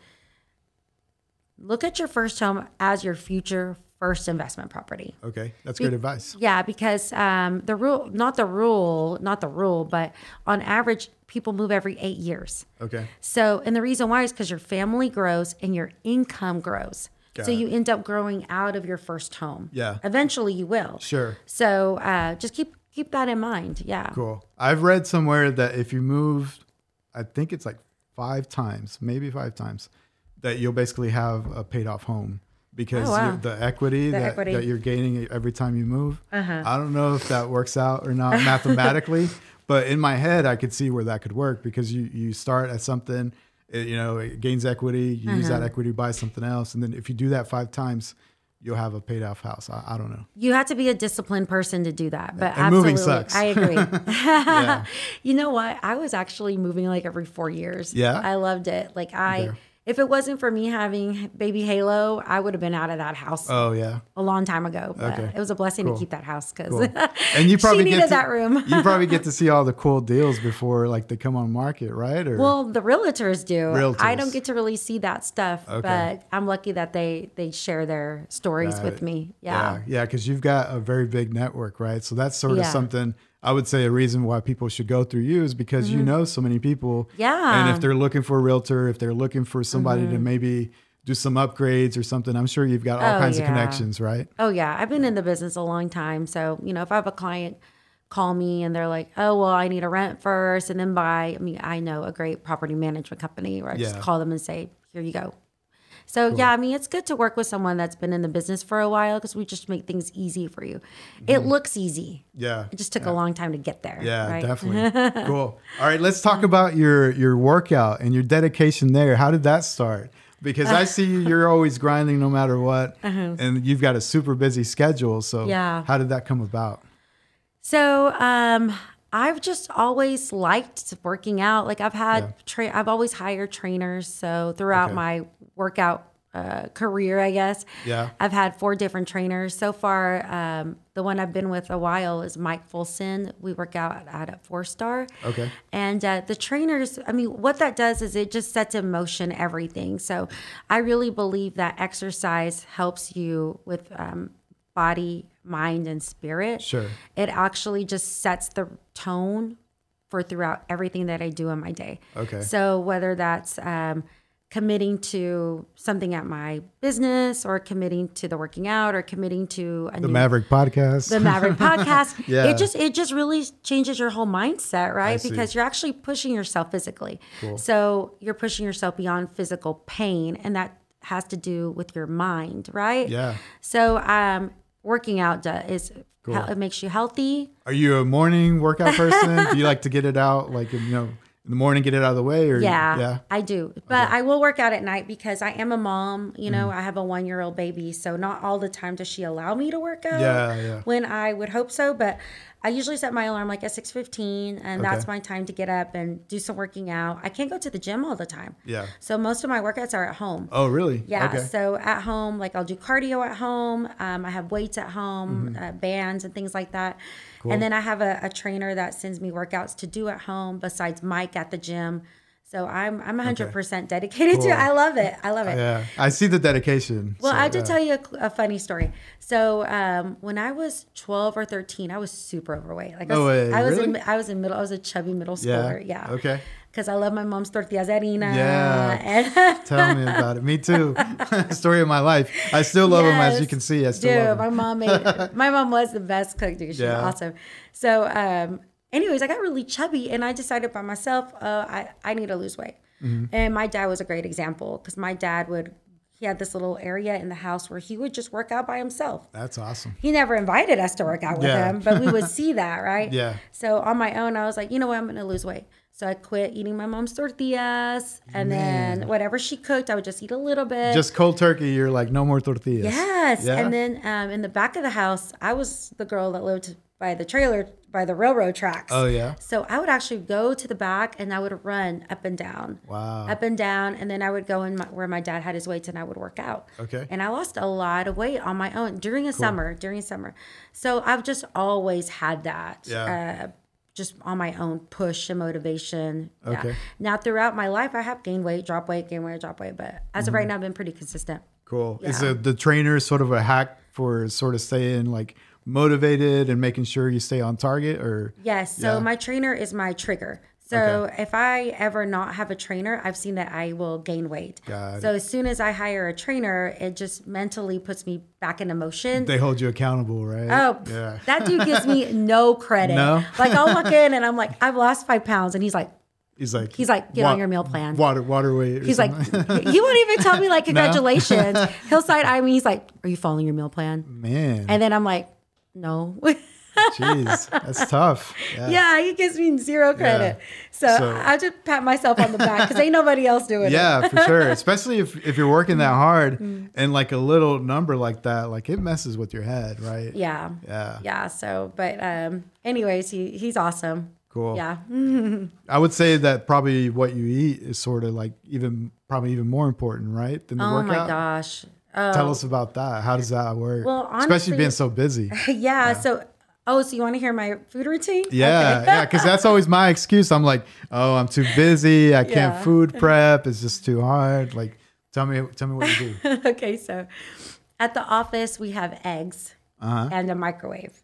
[SPEAKER 2] look at your first home as your future first investment property.
[SPEAKER 1] Okay. That's great advice.
[SPEAKER 2] Yeah, because um, the rule, not the rule, not the rule, but on average, people move every eight years.
[SPEAKER 1] Okay.
[SPEAKER 2] So, and the reason why is because your family grows and your income grows.
[SPEAKER 1] Got
[SPEAKER 2] so
[SPEAKER 1] it.
[SPEAKER 2] you end up growing out of your first home.
[SPEAKER 1] Yeah.
[SPEAKER 2] Eventually you will.
[SPEAKER 1] Sure.
[SPEAKER 2] So uh, just keep keep that in mind. Yeah.
[SPEAKER 1] Cool. I've read somewhere that if you move, I think it's like five times, maybe five times, that you'll basically have a paid off home because
[SPEAKER 2] Oh, wow.
[SPEAKER 1] you're- the equity that,
[SPEAKER 2] equity. Uh-huh.
[SPEAKER 1] that you're gaining every time you move. I don't know if that works out or not mathematically, but in my head, I could see where that could work because you, you start at something, it, you know, it gains equity, you use
[SPEAKER 2] Uh-huh.
[SPEAKER 1] that equity, to buy something else. And then if you do that five times, you'll have a paid off house. I, I don't know.
[SPEAKER 2] You have to be a disciplined person to do that. But
[SPEAKER 1] And moving
[SPEAKER 2] absolutely,
[SPEAKER 1] sucks.
[SPEAKER 2] I agree. You know what? I was actually moving like every four years.
[SPEAKER 1] Yeah?
[SPEAKER 2] I loved it. Like I,
[SPEAKER 1] Okay.
[SPEAKER 2] if it wasn't for me having baby Halo, I would have been out of that house
[SPEAKER 1] Oh, yeah.
[SPEAKER 2] a long time ago. But
[SPEAKER 1] Okay.
[SPEAKER 2] it was a blessing
[SPEAKER 1] Cool.
[SPEAKER 2] to keep that house because
[SPEAKER 1] Cool. And you probably
[SPEAKER 2] needed
[SPEAKER 1] get to,
[SPEAKER 2] that room.
[SPEAKER 1] you probably get to see all the cool deals before like they come on market, right? Or
[SPEAKER 2] Well, the realtors do. I
[SPEAKER 1] Realtors.
[SPEAKER 2] don't get to really see that stuff, but I'm lucky that they they share their stories
[SPEAKER 1] Got
[SPEAKER 2] with
[SPEAKER 1] it.
[SPEAKER 2] me.
[SPEAKER 1] yeah,
[SPEAKER 2] Yeah.
[SPEAKER 1] yeah, because you've got a very big network, right? So that's sort of
[SPEAKER 2] Yeah.
[SPEAKER 1] something I would say a reason why people should go through you is because you know so many people.
[SPEAKER 2] Mm-hmm. Yeah. Mm-hmm.
[SPEAKER 1] and if they're looking for a realtor, if they're looking for somebody to maybe do some upgrades or something, I'm sure you've got all
[SPEAKER 2] Oh,
[SPEAKER 1] kinds of
[SPEAKER 2] yeah.
[SPEAKER 1] connections, right?
[SPEAKER 2] Oh yeah, I've been in the business a long time, so you know if I have a client call me and they're like, "Oh well, I need to rent first and then buy," I mean, I know a great property management company where I
[SPEAKER 1] Yeah.
[SPEAKER 2] just call them and say, "Here you go," So yeah, I mean, it's good to work with someone that's been in the business for a while because we just make things easy for you. It looks easy.
[SPEAKER 1] Mm-hmm. Yeah.
[SPEAKER 2] It just took a long time to get there.
[SPEAKER 1] Yeah,
[SPEAKER 2] right?
[SPEAKER 1] definitely. cool. All right, let's talk about your your workout and your dedication there. How did that start? Because I see you, you're always grinding no matter what, and you've got a super busy schedule. So
[SPEAKER 2] Uh-huh. Yeah.
[SPEAKER 1] how did that come about?
[SPEAKER 2] So um, I've just always liked working out. Like I've had, tra- I've always hired trainers. So throughout
[SPEAKER 1] Okay.
[SPEAKER 2] my workout uh, career, I guess,
[SPEAKER 1] Yeah.
[SPEAKER 2] I've had four different trainers so far. Um, the one I've been with a while is Mike Fulson. We work out at a four star.
[SPEAKER 1] Okay.
[SPEAKER 2] And uh, the trainers, I mean, what that does is it just sets in motion everything. So I really believe that exercise helps you with um, body, mind, and spirit.
[SPEAKER 1] Sure.
[SPEAKER 2] It actually just sets the tone for throughout everything that I do in my day.
[SPEAKER 1] Okay.
[SPEAKER 2] So whether that's um, committing to something at my business or committing to the working out or committing to a
[SPEAKER 1] The
[SPEAKER 2] new
[SPEAKER 1] Maverick podcast.
[SPEAKER 2] the Maverick podcast.
[SPEAKER 1] Yeah.
[SPEAKER 2] It just it just really changes your whole mindset, right?
[SPEAKER 1] see.
[SPEAKER 2] Because you're actually pushing yourself physically. So you're pushing yourself beyond physical pain and that has to do with your mind, right?
[SPEAKER 1] yeah.
[SPEAKER 2] So um working out do- is it makes you healthy.
[SPEAKER 1] Are you a morning workout person? Do you like to get it out, like you know, in the morning, get it out of the way, or
[SPEAKER 2] Yeah,
[SPEAKER 1] yeah,
[SPEAKER 2] I do. But I will work out at night because I am a mom. You
[SPEAKER 1] Mm.
[SPEAKER 2] know, I have a one year old baby. So not all the time does she allow me to work out
[SPEAKER 1] Yeah, yeah.
[SPEAKER 2] when I would hope so. But I usually set my alarm like at six fifteen and that's
[SPEAKER 1] Okay.
[SPEAKER 2] my time to get up and do some working out. I can't go to the gym all the time.
[SPEAKER 1] yeah?
[SPEAKER 2] So most of my workouts are at home.
[SPEAKER 1] Oh, really?
[SPEAKER 2] Yeah.
[SPEAKER 1] Okay.
[SPEAKER 2] So at home, like I'll do cardio at home. Um, I have weights at home,
[SPEAKER 1] Mm-hmm.
[SPEAKER 2] uh, bands and things like that. And then I have a, a trainer that sends me workouts to do at home besides Mike at the gym. So I'm I'm 100% dedicated to it. I love it. I love it.
[SPEAKER 1] yeah, I see the dedication.
[SPEAKER 2] Well,
[SPEAKER 1] So,
[SPEAKER 2] I have to
[SPEAKER 1] yeah.
[SPEAKER 2] tell you a, a funny story. So um, when I was 12 or 13, I was super overweight. Like
[SPEAKER 1] No
[SPEAKER 2] I was,
[SPEAKER 1] way,
[SPEAKER 2] I was
[SPEAKER 1] really?
[SPEAKER 2] in I was in middle. I was a chubby middle
[SPEAKER 1] Yeah.
[SPEAKER 2] schooler. Yeah.
[SPEAKER 1] Okay.
[SPEAKER 2] Because I love my mom's tortillas de harina.
[SPEAKER 1] Yeah.
[SPEAKER 2] And-
[SPEAKER 1] Tell me about it. Me too. Story of my life. I still love them as you
[SPEAKER 2] Yes.
[SPEAKER 1] can see. I still love
[SPEAKER 2] Dude,
[SPEAKER 1] them.
[SPEAKER 2] my mom made my mom was the best cook, dude. She
[SPEAKER 1] Yeah.
[SPEAKER 2] was awesome. So um anyways, I got really chubby and I decided by myself, uh, I, I need to lose weight.
[SPEAKER 1] Mm-hmm.
[SPEAKER 2] And my dad was a great example because my dad would he had this little area in the house where he would just work out by himself.
[SPEAKER 1] That's awesome.
[SPEAKER 2] He never invited us to work out with
[SPEAKER 1] Yeah.
[SPEAKER 2] him, but we would see that, right?
[SPEAKER 1] Yeah.
[SPEAKER 2] So on my own, I was like, you know what, I'm gonna lose weight. So I quit eating my mom's tortillas, and then whatever she cooked, I would just eat a little bit.
[SPEAKER 1] Just cold turkey, you're like, no more tortillas.
[SPEAKER 2] Yes.
[SPEAKER 1] Yeah?
[SPEAKER 2] And then um, in the back of the house, I was the girl that lived by the trailer, by the railroad tracks.
[SPEAKER 1] Oh, yeah.
[SPEAKER 2] So I would actually go to the back and I would run up and down.
[SPEAKER 1] Wow.
[SPEAKER 2] Up and down. And then I would go in my, where my dad had his weights and I would work out.
[SPEAKER 1] Okay.
[SPEAKER 2] And I lost a lot of weight on my own during the summer, during the summer. So I've just always had that.
[SPEAKER 1] Yeah.
[SPEAKER 2] Uh, just on my own push and motivation. Yeah.
[SPEAKER 1] Okay.
[SPEAKER 2] Now throughout my life, I have gained weight, drop weight, gain weight, drop weight. But as
[SPEAKER 1] Mm-hmm.
[SPEAKER 2] of right now, I've been pretty consistent.
[SPEAKER 1] Cool. Is
[SPEAKER 2] Yeah.
[SPEAKER 1] the, the trainer sort of a hack for sort of staying like motivated and making sure you stay on target or
[SPEAKER 2] Yes. So
[SPEAKER 1] Yeah.
[SPEAKER 2] my trainer is my trigger. So if I ever not have a trainer, I've seen that I will gain weight.
[SPEAKER 1] Got
[SPEAKER 2] so as soon as I hire a trainer, it just mentally puts me back into motion.
[SPEAKER 1] they hold you accountable, right?
[SPEAKER 2] Oh, pff,
[SPEAKER 1] Mm, yeah.
[SPEAKER 2] that dude gives me no credit.
[SPEAKER 1] No?
[SPEAKER 2] Like I'll walk in and I'm like, I've lost five pounds, and he's like,
[SPEAKER 1] He's like,
[SPEAKER 2] he's like, get
[SPEAKER 1] "Wa-
[SPEAKER 2] on your meal plan.
[SPEAKER 1] Water, water weight. or
[SPEAKER 2] He's like,
[SPEAKER 1] something.
[SPEAKER 2] he won't even tell me like congratulations. He'll side eye me. He's like, are you following your meal
[SPEAKER 1] Mm.
[SPEAKER 2] plan?
[SPEAKER 1] man,
[SPEAKER 2] And then I'm like, no.
[SPEAKER 1] jeez, that's tough. Yeah.
[SPEAKER 2] Yeah, he gives me zero credit. So,
[SPEAKER 1] So-
[SPEAKER 2] I just pat myself on the back because ain't nobody else doing it.
[SPEAKER 1] Yeah, for sure. Especially if, if you're working that hard
[SPEAKER 2] Mm-hmm.
[SPEAKER 1] and like a little number like that, like it messes with your head, right?
[SPEAKER 2] Yeah.
[SPEAKER 1] Yeah.
[SPEAKER 2] Yeah. So, but um, anyways, he he's awesome.
[SPEAKER 1] Cool.
[SPEAKER 2] Yeah.
[SPEAKER 1] I would say that probably what you eat is sort of like even probably even more important, right? Than the
[SPEAKER 2] Oh my
[SPEAKER 1] workout.
[SPEAKER 2] gosh. Uh,
[SPEAKER 1] Tell us about that. How does that work?
[SPEAKER 2] Well,
[SPEAKER 1] especially
[SPEAKER 2] honestly-
[SPEAKER 1] being so busy.
[SPEAKER 2] Yeah, So, oh, so you want to hear my food routine?
[SPEAKER 1] Yeah,
[SPEAKER 2] Okay.
[SPEAKER 1] yeah, because that's always my excuse. I'm like, oh, I'm too busy. I can't
[SPEAKER 2] Yeah.
[SPEAKER 1] food prep. It's just too hard. Like, tell me, tell me what you do.
[SPEAKER 2] okay. So, at the office we have eggs and a microwave.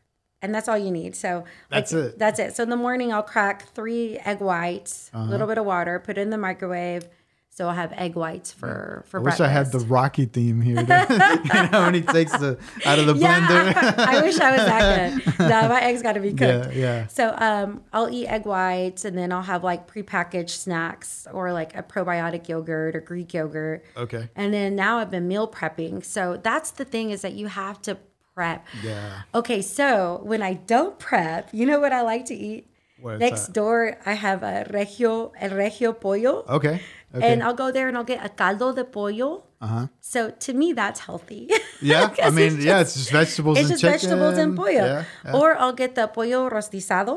[SPEAKER 2] And that's all you need. So
[SPEAKER 1] Uh-huh. That's
[SPEAKER 2] like,
[SPEAKER 1] it. Uh-huh.
[SPEAKER 2] That's it. So in the morning, I'll crack three egg whites, a little bit of water, put it in the microwave, So I have egg whites for
[SPEAKER 1] I
[SPEAKER 2] for
[SPEAKER 1] wish
[SPEAKER 2] breakfast.
[SPEAKER 1] I had the Rocky theme here. To, you know, when he takes the out of the
[SPEAKER 2] yeah,
[SPEAKER 1] blender.
[SPEAKER 2] I wish I was that good. No, my eggs got to be cooked.
[SPEAKER 1] yeah, yeah.
[SPEAKER 2] So um, I'll eat egg whites, and then I'll have like prepackaged snacks or like a probiotic yogurt or Greek yogurt.
[SPEAKER 1] Okay.
[SPEAKER 2] And then now I've been meal prepping. So that's the thing is that you have to prep.
[SPEAKER 1] Yeah.
[SPEAKER 2] Okay, so when I don't prep, you know what I like to eat?
[SPEAKER 1] What's
[SPEAKER 2] Next
[SPEAKER 1] that?
[SPEAKER 2] door, I have a regio, a regio pollo,
[SPEAKER 1] Okay. Oh, Okay.
[SPEAKER 2] and I'll go there and I'll get a caldo de pollo. Uh-huh. So to me, that's healthy.
[SPEAKER 1] yeah. I
[SPEAKER 2] 'Cause
[SPEAKER 1] mean,
[SPEAKER 2] it's
[SPEAKER 1] yeah, it's just vegetables
[SPEAKER 2] it's
[SPEAKER 1] and
[SPEAKER 2] just
[SPEAKER 1] chicken.
[SPEAKER 2] vegetables and pollo.
[SPEAKER 1] Yeah, yeah. Uh-huh.
[SPEAKER 2] Or I'll get the pollo rostizado,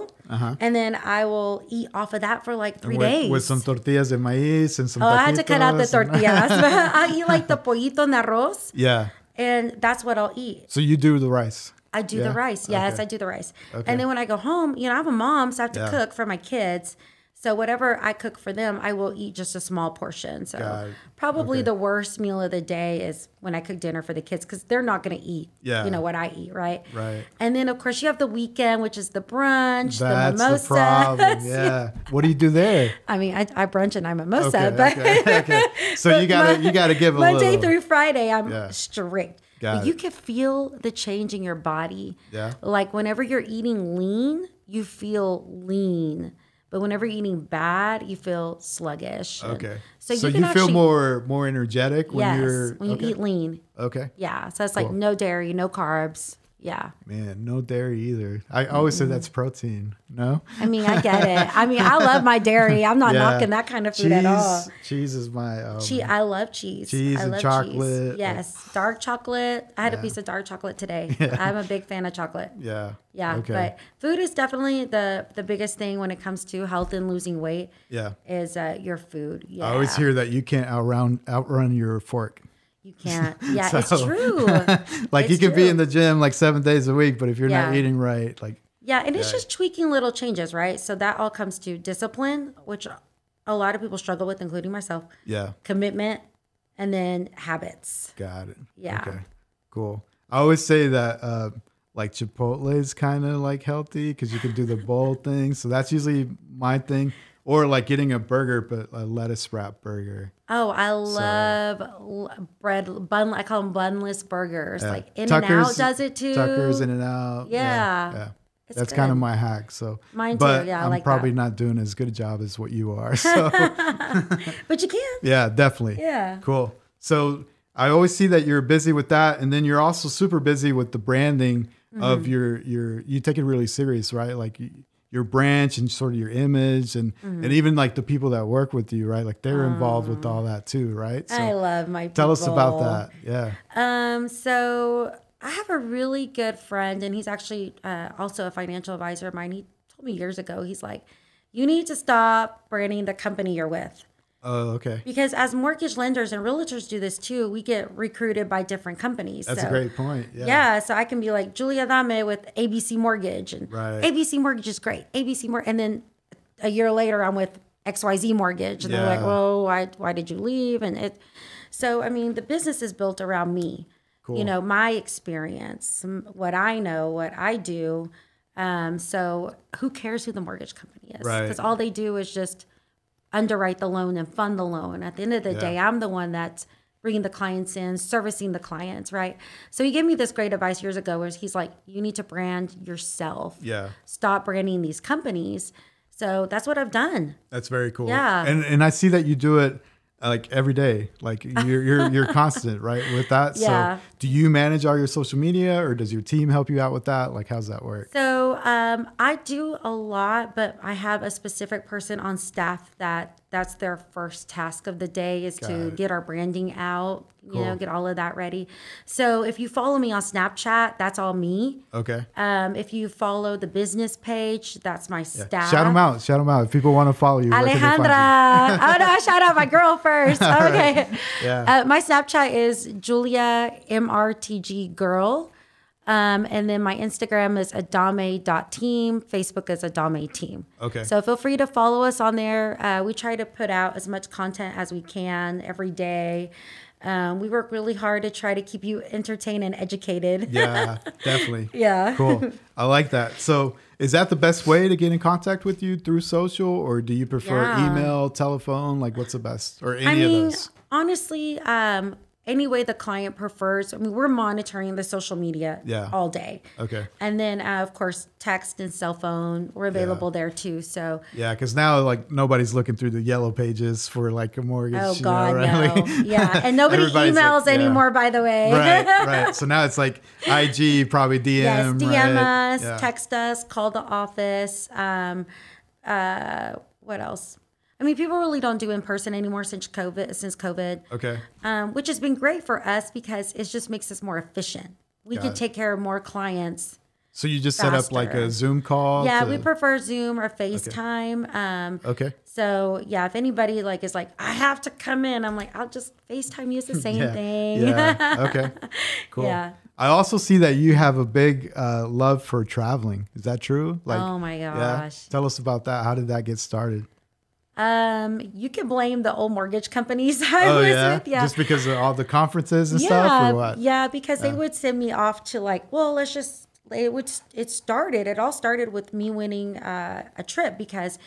[SPEAKER 2] and then I will eat off of that for like three
[SPEAKER 1] with,
[SPEAKER 2] days.
[SPEAKER 1] with some tortillas de maíz and some
[SPEAKER 2] oh, I had to cut out the
[SPEAKER 1] taquitos and- uh,
[SPEAKER 2] tortillas. but I'll eat like the pollito en arroz,
[SPEAKER 1] Yeah.
[SPEAKER 2] and that's what I'll eat.
[SPEAKER 1] So you do the rice.
[SPEAKER 2] I do
[SPEAKER 1] Yeah?
[SPEAKER 2] the rice. Yes,
[SPEAKER 1] Okay.
[SPEAKER 2] I do the rice.
[SPEAKER 1] Okay.
[SPEAKER 2] And then when I go home, you know, I'm a mom, so I have to
[SPEAKER 1] Yeah.
[SPEAKER 2] cook for my kids. So whatever I cook for them, I will eat just a small portion.
[SPEAKER 1] Got
[SPEAKER 2] So
[SPEAKER 1] it.
[SPEAKER 2] probably
[SPEAKER 1] Okay.
[SPEAKER 2] the worst meal of the day is when I cook dinner for the kids because they're not going to eat.
[SPEAKER 1] Yeah.
[SPEAKER 2] You know what I eat, right?
[SPEAKER 1] Right.
[SPEAKER 2] And then of course you have the weekend, which is the brunch,
[SPEAKER 1] That's
[SPEAKER 2] the
[SPEAKER 1] the,
[SPEAKER 2] mimosa.
[SPEAKER 1] problem. Yeah. What do you do there?
[SPEAKER 2] I mean, I, I brunch and I mimosa,
[SPEAKER 1] Okay.
[SPEAKER 2] but
[SPEAKER 1] okay, okay. So you gotta
[SPEAKER 2] Mon-
[SPEAKER 1] you gotta give a
[SPEAKER 2] Monday
[SPEAKER 1] little.
[SPEAKER 2] through Friday, I'm
[SPEAKER 1] Yeah.
[SPEAKER 2] strict.
[SPEAKER 1] Got
[SPEAKER 2] but
[SPEAKER 1] it.
[SPEAKER 2] you can feel the change in your body.
[SPEAKER 1] Yeah.
[SPEAKER 2] Like whenever you're eating lean, you feel lean. But whenever you're eating bad, you feel sluggish. And
[SPEAKER 1] Okay.
[SPEAKER 2] So,
[SPEAKER 1] so
[SPEAKER 2] you
[SPEAKER 1] you,
[SPEAKER 2] can
[SPEAKER 1] feel
[SPEAKER 2] actually,
[SPEAKER 1] more more energetic when
[SPEAKER 2] yes,
[SPEAKER 1] you're
[SPEAKER 2] when you
[SPEAKER 1] okay.
[SPEAKER 2] eat lean.
[SPEAKER 1] okay.
[SPEAKER 2] Yeah. So it's like
[SPEAKER 1] Cool.
[SPEAKER 2] no dairy, no carbs. Yeah.
[SPEAKER 1] Man, no dairy either. I always say that's protein. No.
[SPEAKER 2] I mean, I get it. I mean, I love my dairy. I'm not
[SPEAKER 1] Yeah.
[SPEAKER 2] knocking that kind of food at all.
[SPEAKER 1] Cheese is my um,
[SPEAKER 2] Cheese, I love cheese.
[SPEAKER 1] Cheese
[SPEAKER 2] I
[SPEAKER 1] and
[SPEAKER 2] love
[SPEAKER 1] chocolate, like-
[SPEAKER 2] Cheese. Yes, dark chocolate. I had a piece of dark chocolate today. I'm a big fan of chocolate.
[SPEAKER 1] Yeah.
[SPEAKER 2] Yeah,
[SPEAKER 1] Okay.
[SPEAKER 2] but food is definitely the the biggest thing when it comes to health and losing weight
[SPEAKER 1] yeah.
[SPEAKER 2] is uh, your food. Yeah,
[SPEAKER 1] I always hear that you can't outrun outrun your fork.
[SPEAKER 2] you can't. Yeah, it's
[SPEAKER 1] So-
[SPEAKER 2] true.
[SPEAKER 1] Like you
[SPEAKER 2] It's
[SPEAKER 1] can be
[SPEAKER 2] true.
[SPEAKER 1] in the gym like seven days a week, but if you're not
[SPEAKER 2] Yeah.
[SPEAKER 1] eating right, like
[SPEAKER 2] Yeah, and it's just tweaking little changes, right? So that all comes to discipline, which a lot of people struggle with, including myself.
[SPEAKER 1] yeah,
[SPEAKER 2] Commitment, and then habits.
[SPEAKER 1] got it.
[SPEAKER 2] Yeah.
[SPEAKER 1] Okay. Cool. I always say that uh, like Chipotle is kind of like healthy because you can do the bowl thing. So that's usually my thing, or like getting a burger but a lettuce wrap burger.
[SPEAKER 2] Oh, I love l- bread bun. I call them bunless burgers. Like In and Out does it too.
[SPEAKER 1] Tuckers in and out.
[SPEAKER 2] Yeah.
[SPEAKER 1] yeah.
[SPEAKER 2] It's
[SPEAKER 1] That's kind of
[SPEAKER 2] good.
[SPEAKER 1] my hack. So
[SPEAKER 2] Mine too,
[SPEAKER 1] But
[SPEAKER 2] yeah, I
[SPEAKER 1] I'm
[SPEAKER 2] like that.
[SPEAKER 1] probably not doing as good a job as what you are. So
[SPEAKER 2] but you can.
[SPEAKER 1] yeah, definitely.
[SPEAKER 2] Yeah.
[SPEAKER 1] Cool. So I always see that you're busy with that, and then you're also super busy with the branding of
[SPEAKER 2] Mm-hmm.
[SPEAKER 1] your your. You take it really serious, right? Like y- your branch and sort of your image, and
[SPEAKER 2] Mm-hmm.
[SPEAKER 1] and even like the people that work with you, right? Like they're involved with all that too, right? So
[SPEAKER 2] Um, I love my. People.
[SPEAKER 1] tell us about that. Yeah.
[SPEAKER 2] Um, so I have a really good friend, and he's actually uh, also a financial advisor of mine. He told me years ago, he's like, "You need to stop branding the company you're with."
[SPEAKER 1] Oh, okay.
[SPEAKER 2] Because as mortgage lenders and realtors do this too, we get recruited by different companies.
[SPEAKER 1] That's
[SPEAKER 2] so,
[SPEAKER 1] a great point. Yeah.
[SPEAKER 2] Yeah. so I can be like Julia Adame with ABC Mortgage, and
[SPEAKER 1] Right.
[SPEAKER 2] ABC Mortgage is great. ABC Mortgage, and then a year later, I'm with XYZ Mortgage, and they're like,
[SPEAKER 1] Yeah.
[SPEAKER 2] "Whoa, why, why did you leave?" And it, so I mean, the business is built around me.
[SPEAKER 1] Cool.
[SPEAKER 2] You know, my experience, m- what I know, what I do. Um, so who cares who the mortgage company is?
[SPEAKER 1] Right.
[SPEAKER 2] Because all they do is just underwrite the loan and fund the loan. At the end of the day, I'm the one that's bringing the clients in, servicing the clients, right? So he gave me this great advice years ago where he's like, you need to brand yourself.
[SPEAKER 1] Yeah.
[SPEAKER 2] Stop branding these companies. So that's what I've done.
[SPEAKER 1] That's very cool.
[SPEAKER 2] Yeah.
[SPEAKER 1] And and I see that you do it uh, like every day. Like you're you're you're constant, right? With that.
[SPEAKER 2] Yeah.
[SPEAKER 1] So do you manage all your social media or does your team help you out with that? Like how's that work?
[SPEAKER 2] So um, I do a lot, but I have a specific person on staff that that's their first task of the day is to
[SPEAKER 1] it.
[SPEAKER 2] get our branding out, you know,
[SPEAKER 1] Cool.
[SPEAKER 2] get all of that ready. So if you follow me on Snapchat, that's all me.
[SPEAKER 1] Okay.
[SPEAKER 2] Um, if you follow the business page, that's my staff.
[SPEAKER 1] Shout them out. Shout them out. If people want to follow you, where can they find you?
[SPEAKER 2] Alejandra. oh no, I shout out my girl first. Okay.
[SPEAKER 1] Yeah.
[SPEAKER 2] Uh, my Snapchat is Julia MRTG girl. Um, and then my Instagram is adame.team. Facebook is adame team.
[SPEAKER 1] Okay.
[SPEAKER 2] So feel free to follow us on there. Uh, we try to put out as much content as we can every day. Um, we work really hard to try to keep you entertained and educated.
[SPEAKER 1] Yeah, definitely.
[SPEAKER 2] Yeah.
[SPEAKER 1] Cool. I like that. So, is that the best way to get in contact with you through social, or do you prefer
[SPEAKER 2] Yeah.
[SPEAKER 1] email, telephone? Like, what's the best, or any
[SPEAKER 2] I
[SPEAKER 1] of
[SPEAKER 2] mean,
[SPEAKER 1] those?
[SPEAKER 2] honestly, um, any way the client prefers. I mean, we're monitoring the social media
[SPEAKER 1] Yeah.
[SPEAKER 2] all day.
[SPEAKER 1] Okay.
[SPEAKER 2] And then, uh, of course, text and cell phone. We're available there too. So,
[SPEAKER 1] Yeah, because now like nobody's looking through the yellow pages for like a mortgage.
[SPEAKER 2] oh
[SPEAKER 1] you know,
[SPEAKER 2] God,
[SPEAKER 1] right?
[SPEAKER 2] no, yeah, and nobody
[SPEAKER 1] Everybody's like,
[SPEAKER 2] emails
[SPEAKER 1] yeah.
[SPEAKER 2] anymore. By the way,
[SPEAKER 1] right, right. So now it's like IG, probably DM,
[SPEAKER 2] yes, DM
[SPEAKER 1] right?
[SPEAKER 2] us,
[SPEAKER 1] Yeah.
[SPEAKER 2] text us, call the office. Um, uh, what else? I mean, people really don't do in person anymore since COVID. Since COVID,
[SPEAKER 1] Okay.
[SPEAKER 2] um, which has been great for us because it just makes us more efficient. We
[SPEAKER 1] Got
[SPEAKER 2] can
[SPEAKER 1] it.
[SPEAKER 2] take care of more clients.
[SPEAKER 1] So you just set up like
[SPEAKER 2] Faster.
[SPEAKER 1] a Zoom call.
[SPEAKER 2] yeah,
[SPEAKER 1] to-
[SPEAKER 2] we prefer Zoom or FaceTime. Um,
[SPEAKER 1] okay.
[SPEAKER 2] so yeah, if anybody like is like, I have to come in, I'm like, I'll just FaceTime you. It's the same
[SPEAKER 1] yeah.
[SPEAKER 2] thing.
[SPEAKER 1] Yeah. Okay. Cool.
[SPEAKER 2] Yeah.
[SPEAKER 1] I also see that you have a big uh, love for traveling. Is that true? Like,
[SPEAKER 2] Oh my
[SPEAKER 1] yeah.
[SPEAKER 2] gosh.
[SPEAKER 1] Tell us about that. How did that get started?
[SPEAKER 2] Um, you can blame the old mortgage companies I
[SPEAKER 1] oh
[SPEAKER 2] was
[SPEAKER 1] yeah.
[SPEAKER 2] with. Yeah.
[SPEAKER 1] Just because of all the conferences and
[SPEAKER 2] yeah,
[SPEAKER 1] stuff, or what?
[SPEAKER 2] yeah, because they would send me off to like, well, let's just it would it started it all started with me winning uh, a trip because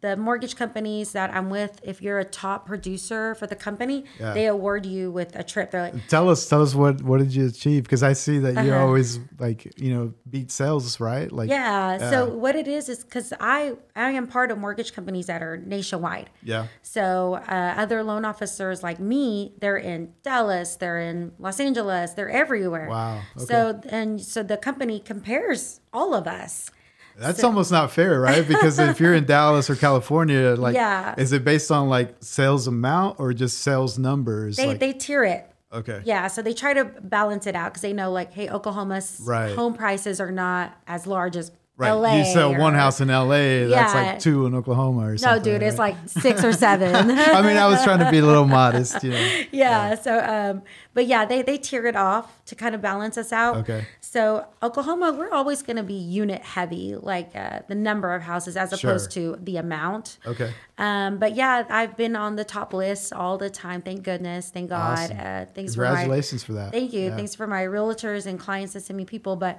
[SPEAKER 2] the mortgage companies that I'm with, if you're a top producer for the company,
[SPEAKER 1] Yeah.
[SPEAKER 2] they award you with a trip. They're like,
[SPEAKER 1] Tell us, tell us what what did you achieve? Because I see that you
[SPEAKER 2] Uh-huh.
[SPEAKER 1] always like you know beat sales, right? Like
[SPEAKER 2] yeah.
[SPEAKER 1] Yeah.
[SPEAKER 2] So what it is is because I I am part of mortgage companies that are nationwide.
[SPEAKER 1] yeah,
[SPEAKER 2] So uh, other loan officers like me, they're in Dallas, they're in Los Angeles, they're everywhere.
[SPEAKER 1] Wow,
[SPEAKER 2] So and so the company compares all of us.
[SPEAKER 1] that's almost not fair, right? Because if you're in Dallas or California, like,
[SPEAKER 2] Yeah.
[SPEAKER 1] is it based on like sales amount or just sales numbers?
[SPEAKER 2] They
[SPEAKER 1] like,
[SPEAKER 2] they tier it.
[SPEAKER 1] okay,
[SPEAKER 2] Yeah, so they try to balance it out because they know like, hey, Oklahoma's
[SPEAKER 1] Right.
[SPEAKER 2] home prices are not as large as
[SPEAKER 1] right.
[SPEAKER 2] LA.
[SPEAKER 1] you sell
[SPEAKER 2] or-
[SPEAKER 1] one house in L.A. That's
[SPEAKER 2] Yeah.
[SPEAKER 1] like two in Oklahoma or
[SPEAKER 2] No,
[SPEAKER 1] something.
[SPEAKER 2] dude, it's
[SPEAKER 1] right?
[SPEAKER 2] like six or seven.
[SPEAKER 1] I mean, I was trying to be a little modest, you know.
[SPEAKER 2] yeah, So, um, but yeah, they they tear it off to kind of balance us out.
[SPEAKER 1] Okay.
[SPEAKER 2] So Oklahoma, we're always going to be unit heavy, like uh, the number of houses as opposed to the amount.
[SPEAKER 1] Okay,
[SPEAKER 2] Um, but yeah, I've been on the top list all the time. Thank goodness. Thank God.
[SPEAKER 1] Awesome.
[SPEAKER 2] Uh, thanks for my
[SPEAKER 1] congratulations for that.
[SPEAKER 2] thank you.
[SPEAKER 1] Yeah.
[SPEAKER 2] Thanks for my realtors and clients that send me people, but.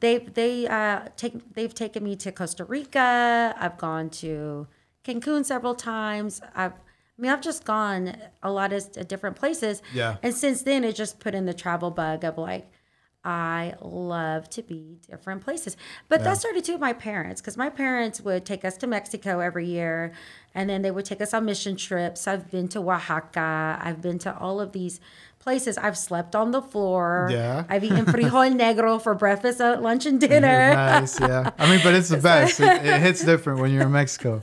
[SPEAKER 2] They they uh, take they've taken me to Costa Rica. I've gone to Cancun several times. I've I mean I've just gone a lot of s- different places.
[SPEAKER 1] Yeah.
[SPEAKER 2] And since then, it just put in the travel bug of like I love to be different places. But that started too with my parents because my parents would take us to Mexico every year and then they would take us on mission trips. I've been to Oaxaca, I've been to all of these places. I've slept on the floor.
[SPEAKER 1] Yeah.
[SPEAKER 2] I've eaten frijol negro for breakfast, uh, lunch, and dinner.
[SPEAKER 1] Nice, yeah. I mean, but it's the best. It, it hits different when you're in Mexico.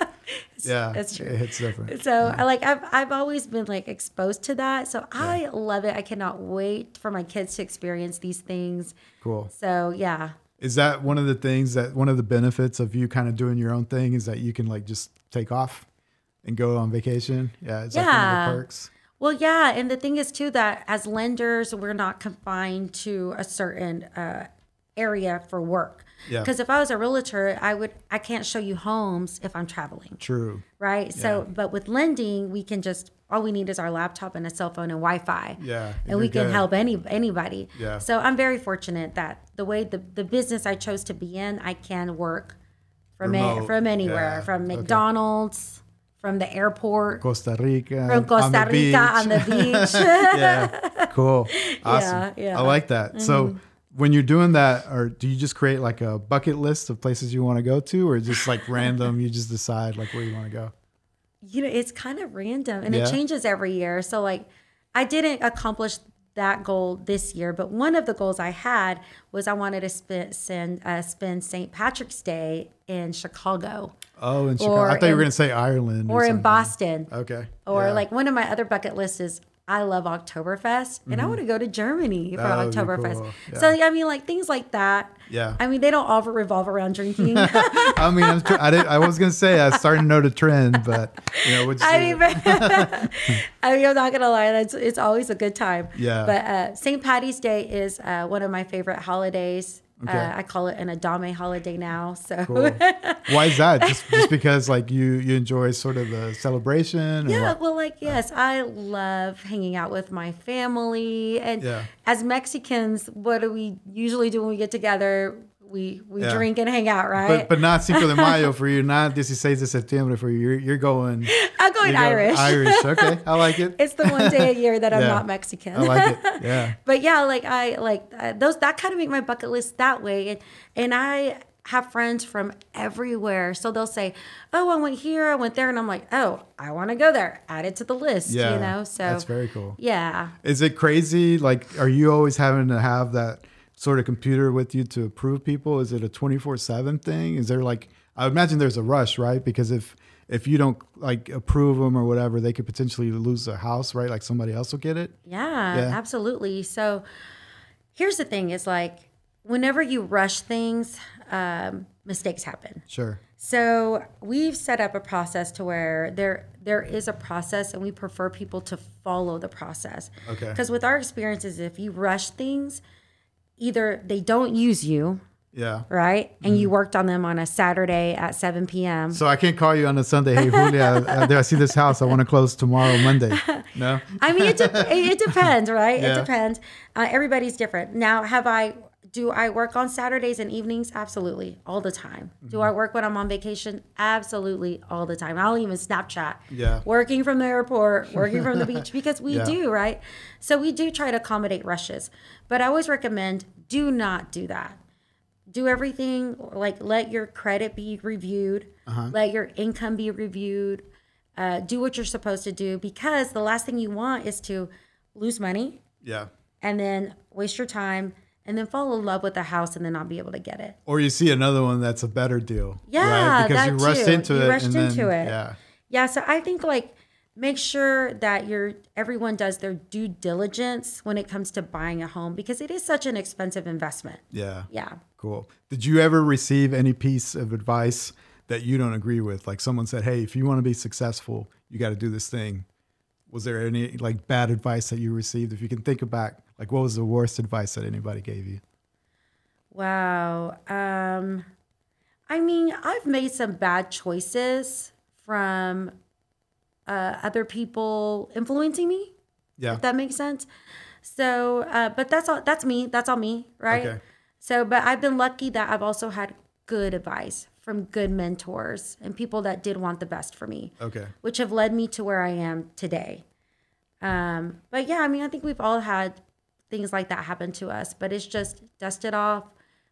[SPEAKER 1] Yeah,
[SPEAKER 2] that's true.
[SPEAKER 1] It hits different.
[SPEAKER 2] So I like I've I've always been like exposed to that. So I love it. I cannot wait for my kids to experience these things.
[SPEAKER 1] Cool.
[SPEAKER 2] So yeah.
[SPEAKER 1] Is that one of the things that one of the benefits of you kind of doing your own thing is that you can like just take off and go on vacation? Yeah, it's like one of
[SPEAKER 2] Yeah.
[SPEAKER 1] the perks.
[SPEAKER 2] Well, yeah, and the thing is too that as lenders, we're not confined to a certain uh, area for work.
[SPEAKER 1] Yeah.
[SPEAKER 2] Because if I was a realtor, I would I can't show you homes if I'm traveling,
[SPEAKER 1] True.
[SPEAKER 2] right? So, but with lending, we can just all we need is our laptop and a cell phone and Wi-Fi.
[SPEAKER 1] Yeah, and
[SPEAKER 2] And we
[SPEAKER 1] you're
[SPEAKER 2] can
[SPEAKER 1] good.
[SPEAKER 2] help any anybody.
[SPEAKER 1] Yeah.
[SPEAKER 2] So I'm very fortunate that the way the the business I chose to be in, I can work from a-
[SPEAKER 1] Remote,
[SPEAKER 2] from anywhere,
[SPEAKER 1] yeah,
[SPEAKER 2] from
[SPEAKER 1] okay.
[SPEAKER 2] McDonald's, from the airport.
[SPEAKER 1] Costa Rica.
[SPEAKER 2] From Costa Rica on the beach.
[SPEAKER 1] yeah. Cool. Awesome.
[SPEAKER 2] yeah. Mm-hmm.
[SPEAKER 1] I like that. So when you're doing that, or do you just create like a bucket list of places you want to go to, or just like random, you just decide like where you want to go?
[SPEAKER 2] you know, it's kind of random and
[SPEAKER 1] Yeah.
[SPEAKER 2] it changes every year. So like I didn't accomplish that goal this year, but one of the goals I had was I wanted to spend send, uh, spend St. Patrick's Day in Chicago
[SPEAKER 1] Oh, in Chicago.
[SPEAKER 2] Or
[SPEAKER 1] I thought you were
[SPEAKER 2] in-
[SPEAKER 1] going to say Ireland or,
[SPEAKER 2] or in
[SPEAKER 1] something.
[SPEAKER 2] Boston.
[SPEAKER 1] Okay.
[SPEAKER 2] Or
[SPEAKER 1] Yeah.
[SPEAKER 2] like one of my other bucket lists is I love Oktoberfest and I want to go to Germany for
[SPEAKER 1] That would Mm-hmm. Oh, be
[SPEAKER 2] Oktoberfest.
[SPEAKER 1] cool.
[SPEAKER 2] So I mean like things like that.
[SPEAKER 1] Yeah.
[SPEAKER 2] I mean they don't all revolve around drinking.
[SPEAKER 1] I mean, I'm tr- I, did, I was gonna say I was starting to note a trend, but you know, we'll just
[SPEAKER 2] I
[SPEAKER 1] leave
[SPEAKER 2] mean,
[SPEAKER 1] it.
[SPEAKER 2] I mean, I'm not gonna lie. That's it's always a good time.
[SPEAKER 1] Yeah.
[SPEAKER 2] But uh, St. Patty's Day is uh, one of my favorite holidays
[SPEAKER 1] Okay.
[SPEAKER 2] Uh, I call it an Adame holiday now. So
[SPEAKER 1] Cool. Why is that? Just, just because like you you enjoy sort of the celebration? or
[SPEAKER 2] Yeah,
[SPEAKER 1] what?
[SPEAKER 2] well, like yes, I love hanging out with my family, and
[SPEAKER 1] Yeah.
[SPEAKER 2] as Mexicans, what do we usually do when we get together? We we
[SPEAKER 1] Yeah.
[SPEAKER 2] drink and hang out, right?
[SPEAKER 1] But but not Cinco de Mayo for you, not 16 de Septiembre for you. You're, you're going
[SPEAKER 2] I'm
[SPEAKER 1] you're
[SPEAKER 2] going
[SPEAKER 1] going
[SPEAKER 2] Irish.
[SPEAKER 1] Irish. Okay, I like it.
[SPEAKER 2] It's the one day a year that I'm
[SPEAKER 1] Yeah. Oh,
[SPEAKER 2] not Mexican.
[SPEAKER 1] I like it. Yeah.
[SPEAKER 2] but yeah, like I like uh, those that kind of make my bucket list that way, and and I have friends from everywhere, so they'll say, "Oh, I went here, I went there," and I'm like, "Oh, I want to go there." Add it to the list,
[SPEAKER 1] Yeah.
[SPEAKER 2] you know. So
[SPEAKER 1] that's very cool.
[SPEAKER 2] yeah.
[SPEAKER 1] Is it crazy? Like, are you always having to have that sort of computer with you to approve people? Is it a twenty four seven thing? Is there like I would imagine there's a rush, right? Because if if you don't like approve them or whatever, they could potentially lose their house, right? Like somebody else will get it.
[SPEAKER 2] Yeah,
[SPEAKER 1] Yeah.
[SPEAKER 2] absolutely. So here's the thing is like whenever you rush things, um, mistakes happen.
[SPEAKER 1] Sure.
[SPEAKER 2] So we've set up a process to where there there is a process and we prefer people to follow the process.
[SPEAKER 1] Okay.
[SPEAKER 2] Because with our experiences, if you rush things, either they don't use you,
[SPEAKER 1] Yeah.
[SPEAKER 2] right? And
[SPEAKER 1] Mm-hmm.
[SPEAKER 2] you worked on them on a Saturday at 7 p.m.
[SPEAKER 1] So I can't call you on a Sunday. Hey Julia, I, I see this house. I want to close tomorrow, Monday. No.
[SPEAKER 2] I mean, it, de- it depends, right?
[SPEAKER 1] Yeah.
[SPEAKER 2] It depends. Uh, everybody's different. Now, have I? Do I work on Saturdays and evenings? Absolutely, all the time. Do
[SPEAKER 1] Mm-hmm.
[SPEAKER 2] I work when I'm on vacation? Absolutely, all the time. I'll even Snapchat.
[SPEAKER 1] Yeah.
[SPEAKER 2] Working from the airport, working from the beach, because we
[SPEAKER 1] Yeah.
[SPEAKER 2] do, right? So we do try to accommodate rushes, but I always recommend do not do that do everything like let your credit be reviewed
[SPEAKER 1] Uh-huh.
[SPEAKER 2] let your income be reviewed uh, do what you're supposed to do because the last thing you want is to lose money
[SPEAKER 1] Yeah.
[SPEAKER 2] and then waste your time and then fall in love with the house and then not be able to get it
[SPEAKER 1] Or you see another one that's a better deal.
[SPEAKER 2] Yeah,
[SPEAKER 1] Because
[SPEAKER 2] that
[SPEAKER 1] you rushed
[SPEAKER 2] too.
[SPEAKER 1] into
[SPEAKER 2] You
[SPEAKER 1] it.
[SPEAKER 2] rushed
[SPEAKER 1] and then-
[SPEAKER 2] into it.
[SPEAKER 1] Yeah.
[SPEAKER 2] yeah so i think like make sure that your everyone does their due diligence when it comes to buying a home because it is such an expensive investment
[SPEAKER 1] Yeah.
[SPEAKER 2] yeah
[SPEAKER 1] Cool. Did you ever receive any piece of advice that you don't agree with? Like someone said, "Hey, if you want to be successful, you got to do this thing." Was there any like bad advice that you received? If you can think back, like what was the worst advice that anybody gave you?
[SPEAKER 2] Wow. Um, I mean, I've made some bad choices from uh, other people influencing me.
[SPEAKER 1] Yeah.
[SPEAKER 2] If that makes sense. So, uh, but that's all. That's me. That's all me, right?
[SPEAKER 1] Okay.
[SPEAKER 2] So, but I've been lucky that I've also had good advice from good mentors and people that did want the best for me,
[SPEAKER 1] Okay.
[SPEAKER 2] which have led me to where I am today. Um, but yeah, I mean, I think we've all had things like that happen to us, but it's just dust it off,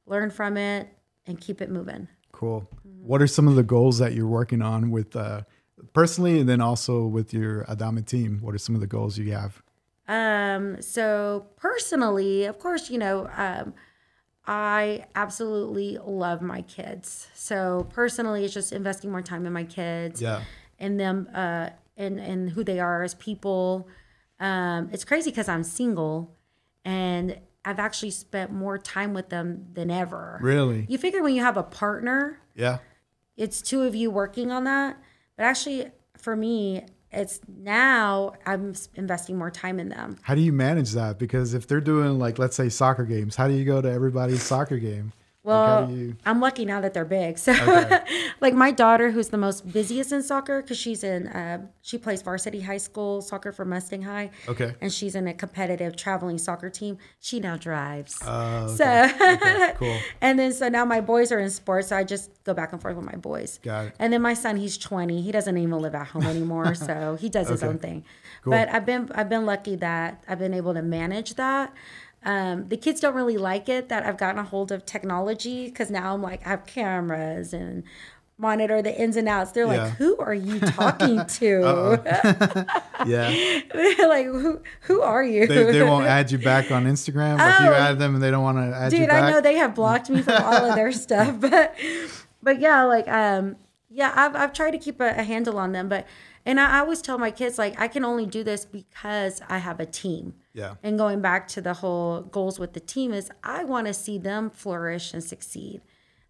[SPEAKER 2] learn from it, and keep it moving.
[SPEAKER 1] Cool. What are some of the goals that you're working on with uh, personally, and then also with your Adama team? What are some of the goals you have?
[SPEAKER 2] Um, so personally, of course, you know, um, I absolutely love my kids. So personally, it's just investing more time in my kids
[SPEAKER 1] Yeah.
[SPEAKER 2] and them uh, and and who they are as people. Um, it's crazy because I'm single, and I've actually spent more time with them than ever.
[SPEAKER 1] Really?
[SPEAKER 2] You figure when you have a partner,
[SPEAKER 1] Yeah.
[SPEAKER 2] it's two of you working on that. But actually, for me, it's now I'm s- investing more time in them.
[SPEAKER 1] How do you manage that? Because if they're doing like let's say soccer games, how do you go to everybody's soccer game? like, how
[SPEAKER 2] Well,
[SPEAKER 1] do you?
[SPEAKER 2] I'm lucky now that they're big. So, like my daughter, who's the most busiest in soccer, because she's in, uh, she plays varsity high school soccer for Mustang High.
[SPEAKER 1] Okay.
[SPEAKER 2] And she's in a competitive traveling soccer team. She now drives.
[SPEAKER 1] Uh,
[SPEAKER 2] So,
[SPEAKER 1] okay, cool.
[SPEAKER 2] and then so now my boys are in sports. So I just go back and forth with my boys.
[SPEAKER 1] Got it.
[SPEAKER 2] And then my son, he's 20. He doesn't even live at home anymore, so he does his
[SPEAKER 1] Okay.
[SPEAKER 2] own thing. But I've been I've been lucky that I've been able to manage that. Um, the kids don't really like it that I've gotten a hold of technology because now I'm like I have cameras and monitor the ins and outs. They're
[SPEAKER 1] Yeah.
[SPEAKER 2] like, "Who are you talking to?
[SPEAKER 1] Yeah.
[SPEAKER 2] like, who who are you?"
[SPEAKER 1] They, they won't add you back on Instagram. Like you
[SPEAKER 2] Oh.
[SPEAKER 1] add them and they don't want to add you
[SPEAKER 2] dude
[SPEAKER 1] back.
[SPEAKER 2] i know they have blocked me from all of their stuff but but yeah like um yeah i've, I've tried to keep a, a handle on them but and I, I always tell my kids like i can only do this because i have a team
[SPEAKER 1] yeah.
[SPEAKER 2] and going back to the whole goals with the team is i want to see them flourish and succeed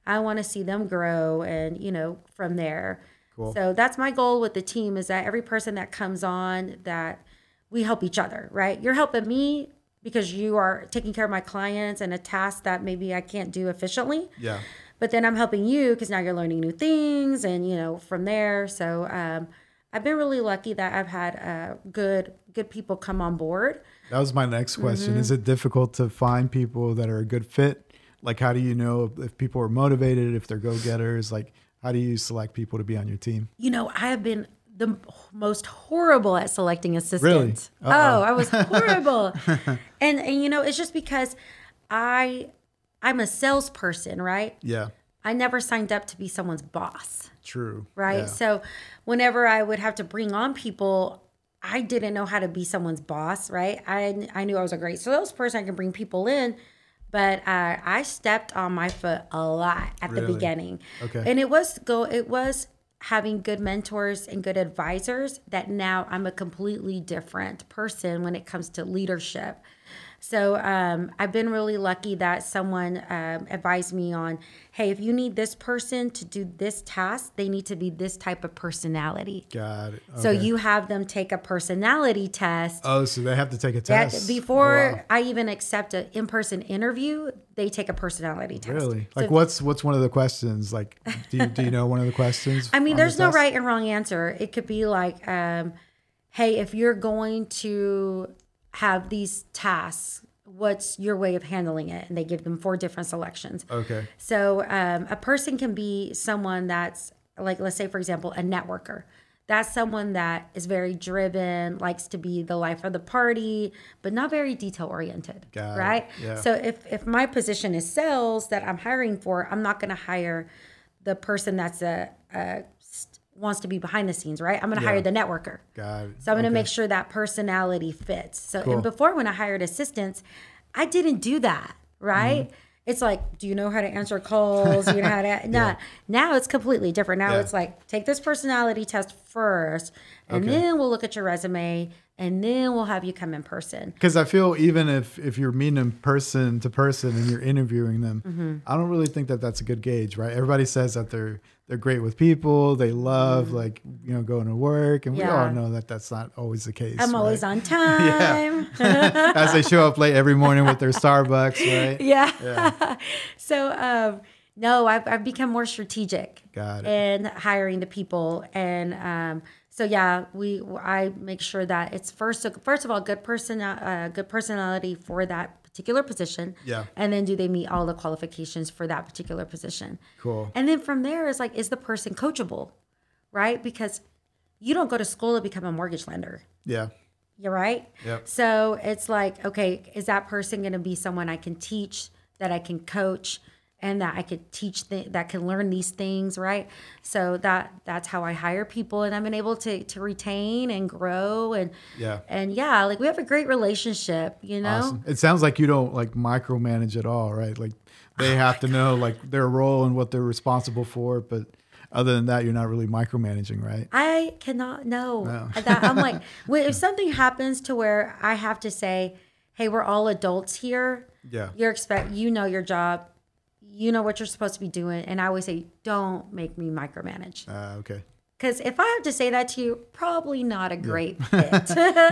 [SPEAKER 2] i want to see them grow and you know from there
[SPEAKER 1] Cool.
[SPEAKER 2] so that's my goal with the team is that every person that comes on that we help each other right you're helping me because you are taking care of my clients and a task that maybe I can't do efficiently.
[SPEAKER 1] Yeah.
[SPEAKER 2] But then I'm helping you because now you're learning new things and you know from there. So um, I've been really lucky that I've had uh, good good people come on board.
[SPEAKER 1] That was my next question.
[SPEAKER 2] Mm-hmm.
[SPEAKER 1] Is it difficult to find people that are a good fit? Like, how do you know if people are motivated, if they're go getters? Like, how do you select people to be on your team?
[SPEAKER 2] You know, I have been the most horrible at selecting assistants.
[SPEAKER 1] Uh-oh.
[SPEAKER 2] Oh, I was horrible. and and you know, it's just because I I'm a salesperson, right?
[SPEAKER 1] Yeah.
[SPEAKER 2] I never signed up to be someone's boss,
[SPEAKER 1] True.
[SPEAKER 2] right?
[SPEAKER 1] Yeah.
[SPEAKER 2] So whenever I would have to bring on people, I didn't know how to be someone's boss, right? I I knew I was a great salesperson. I could bring people in, but uh, I stepped on my foot a lot at the
[SPEAKER 1] Really?
[SPEAKER 2] beginning.
[SPEAKER 1] Okay.
[SPEAKER 2] and it was go. It was having good mentors and good advisors that now I'm a completely different person when it comes to leadership. So um, I've been really lucky that someone um, advised me on, hey, if you need this person to do this task, they need to be this type of personality.
[SPEAKER 1] Got it.
[SPEAKER 2] So
[SPEAKER 1] Okay.
[SPEAKER 2] you have them take a personality test.
[SPEAKER 1] Oh, so they have to take a
[SPEAKER 2] That-
[SPEAKER 1] test
[SPEAKER 2] before
[SPEAKER 1] Oh, wow.
[SPEAKER 2] I even accept an in-person interview, they take a personality test.
[SPEAKER 1] Really?
[SPEAKER 2] So
[SPEAKER 1] Like, what's what's one of the questions? Like, do you, do you know one of the questions?
[SPEAKER 2] I mean,
[SPEAKER 1] on
[SPEAKER 2] there's
[SPEAKER 1] the
[SPEAKER 2] no
[SPEAKER 1] test?
[SPEAKER 2] right and wrong answer. It could be like, um, hey, if you're going to have these tasks, what's your way of handling it? And they give them four different selections.
[SPEAKER 1] Okay.
[SPEAKER 2] So um, a person can be someone that's like, let's say, for example, a networker. That's someone that is very driven, likes to be the life of the party, but not very detail oriented,
[SPEAKER 1] Got it.
[SPEAKER 2] right?
[SPEAKER 1] Yeah.
[SPEAKER 2] So if if my position is sales that I'm hiring for, I'm not going to hire the person that's a, a st- wants to be behind the scenes, right? I'm going to hire the networker.
[SPEAKER 1] Got it.
[SPEAKER 2] So I'm going to
[SPEAKER 1] Okay.
[SPEAKER 2] make sure that personality fits. So
[SPEAKER 1] Cool.
[SPEAKER 2] and before when I hired assistants, I didn't do that, right?
[SPEAKER 1] Mm-hmm.
[SPEAKER 2] It's like, do you know how to answer calls? Do you know how to no. Now it's completely different. Now
[SPEAKER 1] Yeah.
[SPEAKER 2] it's like take this personality test first, and
[SPEAKER 1] Okay.
[SPEAKER 2] then we'll look at your resume, and then we'll have you come in person.
[SPEAKER 1] Because I feel even if if you're meeting them person to person and you're interviewing them,
[SPEAKER 2] Mm-hmm.
[SPEAKER 1] I don't really think that that's a good gauge, right? Everybody says that they're they're great with people, they love like you know going to work, and we all
[SPEAKER 2] Mm-hmm. Yeah.
[SPEAKER 1] know that that's not always the case.
[SPEAKER 2] I'm always on time.
[SPEAKER 1] Yeah. as they show up late every morning with their Starbucks, right?
[SPEAKER 2] yeah. so um, no, I've I've become more strategic
[SPEAKER 1] Got it.
[SPEAKER 2] in hiring the people, and um, so yeah, we I make sure that it's first first of all good person uh, good personality for that particular position.
[SPEAKER 1] Yeah.
[SPEAKER 2] and then do they meet all the qualifications for that particular position?
[SPEAKER 1] Cool.
[SPEAKER 2] And then from there is like, is the person coachable, right? Because you don't go to school to become a mortgage lender.
[SPEAKER 1] Yeah.
[SPEAKER 2] You're right.
[SPEAKER 1] Yep.
[SPEAKER 2] So it's like, okay, is that person going to be someone I can teach, that I can coach, and that I could teach th- that can learn these things, right? So that that's how I hire people, and I've been able to to retain and grow and
[SPEAKER 1] Yeah.
[SPEAKER 2] and yeah, like we have a great relationship, you know.
[SPEAKER 1] Awesome. It sounds like you don't like micromanage at all, right? Like they have to know like their role and what they're responsible for, but other than that, you're not really micromanaging, right?
[SPEAKER 2] I cannot know that I'm like wait, if something happens to where I have to say, "Hey, we're all adults here."
[SPEAKER 1] Yeah.
[SPEAKER 2] You're expect you know your job. You know what you're supposed to be doing, and I always say, "Don't make me micromanage."
[SPEAKER 1] Uh, okay.
[SPEAKER 2] Because if I have to say that to you, probably not a great fit.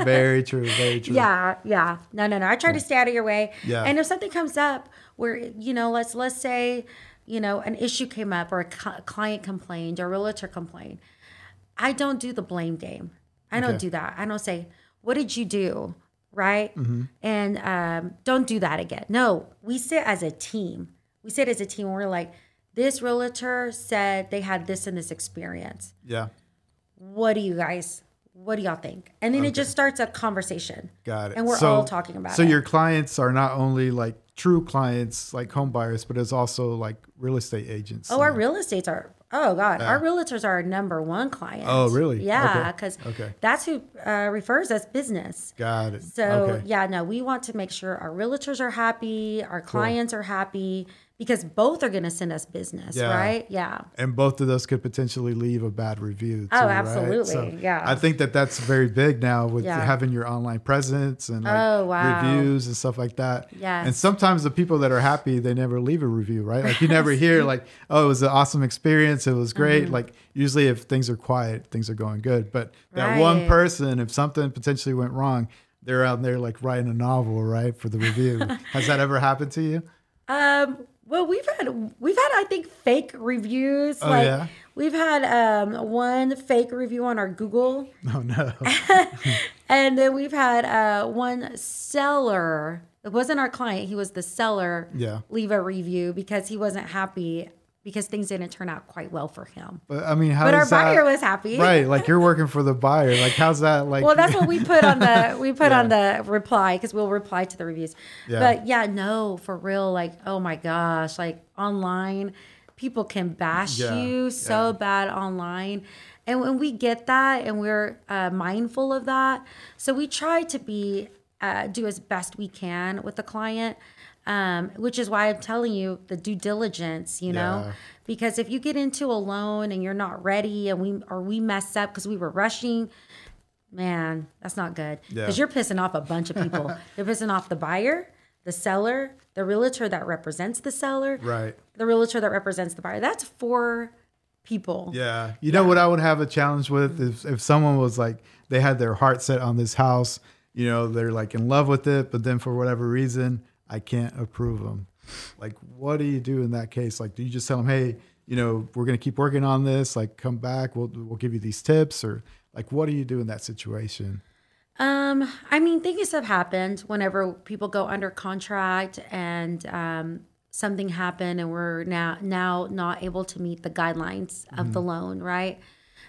[SPEAKER 1] Very true. Very true.
[SPEAKER 2] yeah, yeah. No, no, no. I try to stay out of your way.
[SPEAKER 1] Yeah.
[SPEAKER 2] And if something comes up where you know, let's let's say, you know, an issue came up or a cl- client complained or a realtor complained, I don't do the blame game. I don't
[SPEAKER 1] Okay.
[SPEAKER 2] do that. I don't say, "What did you do?" Right? And um, don't do that again. No, we sit as a team. We sit as a team. And we're like, this realtor said they had this and this experience
[SPEAKER 1] Yeah.
[SPEAKER 2] what do you guys what do y'all think and then it just starts a conversation
[SPEAKER 1] Got it.
[SPEAKER 2] and we're
[SPEAKER 1] So-
[SPEAKER 2] all talking about
[SPEAKER 1] So
[SPEAKER 2] it
[SPEAKER 1] your clients are not only like true clients, like home buyers, but it's also like real estate agents.
[SPEAKER 2] oh our real estates are oh god our realtors are our number one client
[SPEAKER 1] Oh, really?
[SPEAKER 2] yeah
[SPEAKER 1] Okay.
[SPEAKER 2] because
[SPEAKER 1] Okay.
[SPEAKER 2] that's who uh, refers us business
[SPEAKER 1] Got it.
[SPEAKER 2] so
[SPEAKER 1] okay.
[SPEAKER 2] yeah no we want to make sure our realtors are happy our clients are happy because both are going to send us business
[SPEAKER 1] Yeah.
[SPEAKER 2] right yeah
[SPEAKER 1] And both of those could potentially leave a bad review. Too,
[SPEAKER 2] Oh,
[SPEAKER 1] right?
[SPEAKER 2] absolutely. Yeah.
[SPEAKER 1] I think that that's very big now with
[SPEAKER 2] Yeah.
[SPEAKER 1] having your online presence and like
[SPEAKER 2] Oh, wow.
[SPEAKER 1] reviews and stuff like that.
[SPEAKER 2] Yes.
[SPEAKER 1] And sometimes the people that are happy, they never leave a review, right? Like you never hear like, oh, it was an awesome experience. It was great.
[SPEAKER 2] Mm-hmm.
[SPEAKER 1] Like usually if things are quiet, things are going good. But that one
[SPEAKER 2] Right.
[SPEAKER 1] person, if something potentially went wrong, they're out there like writing a novel, right, for the review. Has that ever happened to you?
[SPEAKER 2] Um, well, we've had we've had I think fake reviews.
[SPEAKER 1] Oh,
[SPEAKER 2] like
[SPEAKER 1] yeah?
[SPEAKER 2] we've had um, one fake review on our Google,
[SPEAKER 1] No, no.
[SPEAKER 2] and then we've had uh, one seller. It wasn't our client; he was the seller.
[SPEAKER 1] Yeah.
[SPEAKER 2] leave a review because he wasn't happy because things didn't turn out quite well for him.
[SPEAKER 1] But I mean, how
[SPEAKER 2] But our
[SPEAKER 1] does that-
[SPEAKER 2] buyer was happy.
[SPEAKER 1] right? Like you're working for the buyer. Like how's that? Like
[SPEAKER 2] Well, that's what we put on the we put on the reply because we'll reply to the reviews.
[SPEAKER 1] Yeah.
[SPEAKER 2] But yeah, no, for real, like oh my gosh, like online, people can bash
[SPEAKER 1] Yeah,
[SPEAKER 2] you so bad online, and when we get that and we're uh, mindful of that, so we try to be uh, do as best we can with the client. Um, which is why I'm telling you the due diligence, you know,
[SPEAKER 1] Yeah.
[SPEAKER 2] because if you get into a loan and you're not ready and we or we mess up because we were rushing, man, that's not good.
[SPEAKER 1] Yeah.
[SPEAKER 2] Because you're pissing off a bunch of people. you're pissing off the buyer, the seller, the realtor that represents the seller,
[SPEAKER 1] right.
[SPEAKER 2] the realtor that represents the buyer. That's four people.
[SPEAKER 1] Yeah. You know what I would have a challenge with if, if someone was like they had their heart set on this house, you know, they're like in love with it, but then for whatever reason, I can't approve them. Like, what do you do in that case? Like, do you just tell them, hey, you know, we're gonna keep working on this. Like, come back. We'll we'll give you these tips, or like, what do you do in that situation?
[SPEAKER 2] Um, I mean, things have happened whenever people go under contract and um, something happened, and we're now now not able to meet the guidelines of the loan, right?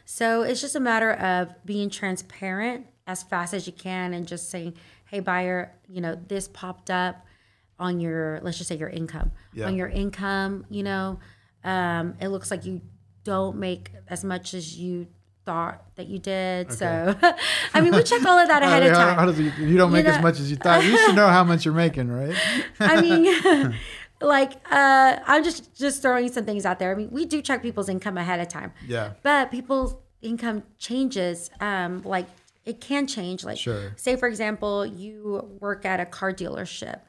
[SPEAKER 2] So it's just a matter of being transparent as fast as you can, and just saying, "Hey, buyer, you know this popped up on your let's just say your income
[SPEAKER 1] Yeah.
[SPEAKER 2] on your income. You know, um, it looks like you don't make as much as you." thought that you did so i mean we check all of that ahead of
[SPEAKER 1] How- how-
[SPEAKER 2] time
[SPEAKER 1] how does it- you don't make as
[SPEAKER 2] know-
[SPEAKER 1] much as you thought. You should know how much you're making, right?
[SPEAKER 2] I mean, like uh, I'm just just throwing some things out there. I mean, we do check people's income ahead of time.
[SPEAKER 1] Yeah.
[SPEAKER 2] But people's income changes. Um, like it can change. Like
[SPEAKER 1] Sure.
[SPEAKER 2] say for example, you work at a car dealership,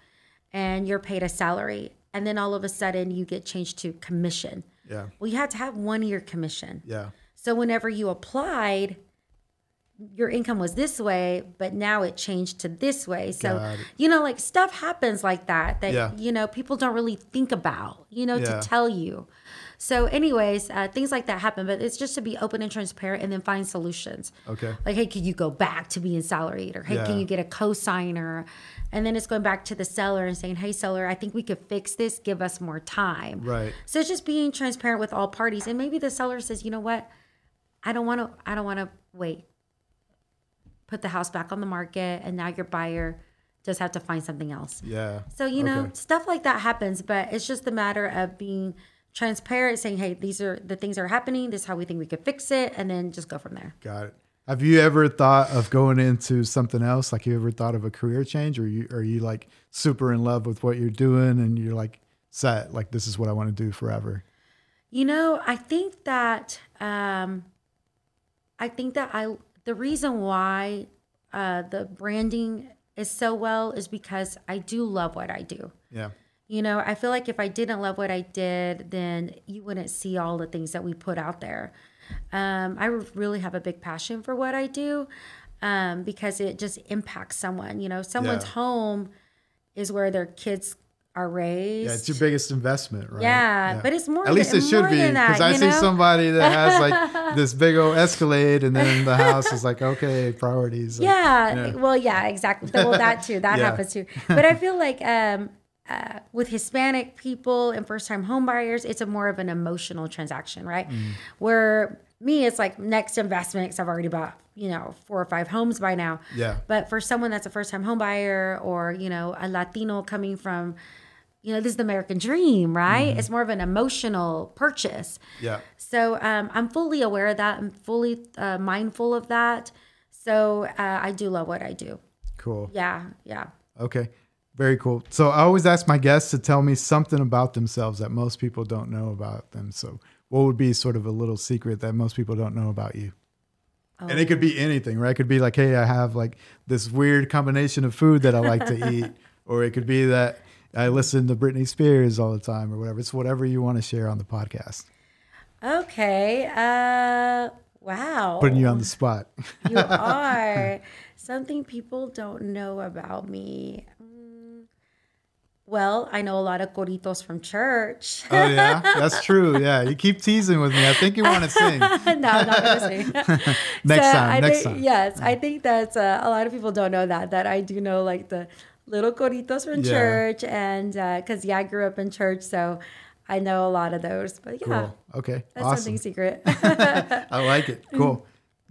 [SPEAKER 2] and you're paid a salary, and then all of a sudden you get changed to commission.
[SPEAKER 1] Yeah.
[SPEAKER 2] Well, you had to have one year commission.
[SPEAKER 1] Yeah.
[SPEAKER 2] So whenever you applied, your income was this way, but now it changed to this way. So
[SPEAKER 1] Got it.
[SPEAKER 2] you know, like stuff happens like that that
[SPEAKER 1] Yeah.
[SPEAKER 2] you know people don't really think about, you know,
[SPEAKER 1] Yeah.
[SPEAKER 2] to tell you. So, anyways, uh, things like that happen, but it's just to be open and transparent, and then find solutions.
[SPEAKER 1] Okay.
[SPEAKER 2] Like, hey, could you go back to being salaried, or hey,
[SPEAKER 1] Yeah.
[SPEAKER 2] can you get a cosigner? And then it's going back to the seller and saying, hey, seller, I think we could fix this. Give us more time.
[SPEAKER 1] Right.
[SPEAKER 2] So it's just being transparent with all parties, and maybe the seller says, "You know what? I don't want to. I don't want to wait. Put the house back on the market, and now your buyer does have to find something else."
[SPEAKER 1] Yeah.
[SPEAKER 2] So you know
[SPEAKER 1] Okay.
[SPEAKER 2] stuff like that happens, but it's just a matter of being transparent, saying, "Hey, these are the things that are happening. This is how we think we could fix it," and then just go from there.
[SPEAKER 1] Got it. Have you ever thought of going into something else? Like, you ever thought of a career change, or you are you like super in love with what you're doing, and you're like set, like this is what I want to do forever?
[SPEAKER 2] You know, I think that um, I think that I the reason why uh, the branding is so well is because I do love what I do.
[SPEAKER 1] Yeah.
[SPEAKER 2] You know, I feel like if I didn't love what I did, then you wouldn't see all the things that we put out there. Um, I really have a big passion for what I do um, because it just impacts someone. You know, someone's
[SPEAKER 1] Yeah.
[SPEAKER 2] home is where their kids are raised.
[SPEAKER 1] Yeah, it's your biggest investment, right?
[SPEAKER 2] Yeah, but it's more
[SPEAKER 1] At least
[SPEAKER 2] than-
[SPEAKER 1] it should
[SPEAKER 2] more
[SPEAKER 1] be
[SPEAKER 2] than that,
[SPEAKER 1] because I
[SPEAKER 2] you
[SPEAKER 1] see
[SPEAKER 2] know?
[SPEAKER 1] somebody that has like this big old Escalade, and then the house is like, okay, priorities. like,
[SPEAKER 2] Yeah.
[SPEAKER 1] yeah.
[SPEAKER 2] like- Well, yeah, exactly. Well, that too. That
[SPEAKER 1] Yeah.
[SPEAKER 2] happens too. But I feel like um, uh, with Hispanic people and first-time home buyers, it's a more of an emotional transaction, right?
[SPEAKER 1] Mm.
[SPEAKER 2] Where me, it's like next investment because I've already bought you know four or five homes by now.
[SPEAKER 1] Yeah.
[SPEAKER 2] But for someone that's a first-time home buyer or you know a Latino coming from you know, this is the American dream, right?
[SPEAKER 1] Mm-hmm.
[SPEAKER 2] It's more of an emotional purchase.
[SPEAKER 1] Yeah.
[SPEAKER 2] So um, I'm fully aware of that. I'm fully uh, mindful of that. So uh, I do love what I do.
[SPEAKER 1] Cool.
[SPEAKER 2] Yeah, yeah.
[SPEAKER 1] Okay. Very cool. So I always ask my guests to tell me something about themselves that most people don't know about them. So what would be sort of a little secret that most people don't know about you? And it could be anything, right? It could be like, hey, I have like this weird combination of food that I like to eat, or it could be that I listen to Britney Spears all the time, or whatever. It's whatever you want to share on the podcast.
[SPEAKER 2] Okay. Uh, Wow.
[SPEAKER 1] putting you on the spot.
[SPEAKER 2] You are. Something people don't know about me. Mm, Well, I know a lot of coritos from church.
[SPEAKER 1] Oh yeah, that's true. Yeah, you keep teasing with me. I think you want to sing next
[SPEAKER 2] no, I'm not gonna say. So
[SPEAKER 1] time.
[SPEAKER 2] I
[SPEAKER 1] next
[SPEAKER 2] think,
[SPEAKER 1] time.
[SPEAKER 2] Yes, I think that uh, a lot of people don't know that that I do know like the little coritos from
[SPEAKER 1] Yeah.
[SPEAKER 2] church, and because yeah, I grew up in church, so I know a lot of those. But yeah,
[SPEAKER 1] Cool. Okay.
[SPEAKER 2] that's
[SPEAKER 1] awesome.
[SPEAKER 2] something secret.
[SPEAKER 1] I like it. Cool.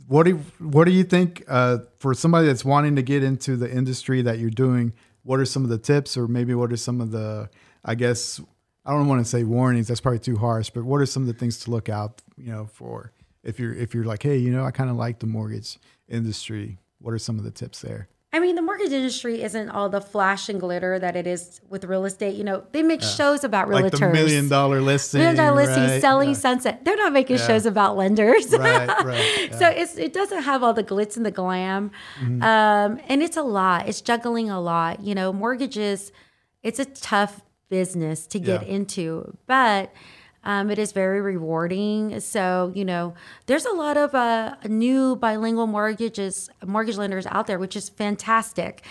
[SPEAKER 1] What do what do you think uh, for somebody that's wanting to get into the industry that you're doing? What are some of the tips, or maybe what are some of the I guess I don't want to say warnings. That's probably too harsh. But what are some of the things to look out you know for if you're if you're like hey you know I kind of like the mortgage industry. What are some of the tips there?
[SPEAKER 2] I mean, the mortgage industry isn't all the flash and glitter that it is with real estate. You know, they make shows about realtors.
[SPEAKER 1] Like the million dollar listing,
[SPEAKER 2] Million dollar listing,
[SPEAKER 1] right?
[SPEAKER 2] selling
[SPEAKER 1] Yeah.
[SPEAKER 2] sunset. They're not making
[SPEAKER 1] Yeah.
[SPEAKER 2] shows about lenders.
[SPEAKER 1] right, right.
[SPEAKER 2] So it's it doesn't have all the glitz and the glam,
[SPEAKER 1] Mm-hmm.
[SPEAKER 2] um, and it's a lot. It's juggling a lot. You know, mortgages. It's a tough business to get
[SPEAKER 1] Yeah.
[SPEAKER 2] into, but um, it is very rewarding. So you know, there's a lot of uh, new bilingual mortgages, mortgage lenders out there, which is fantastic.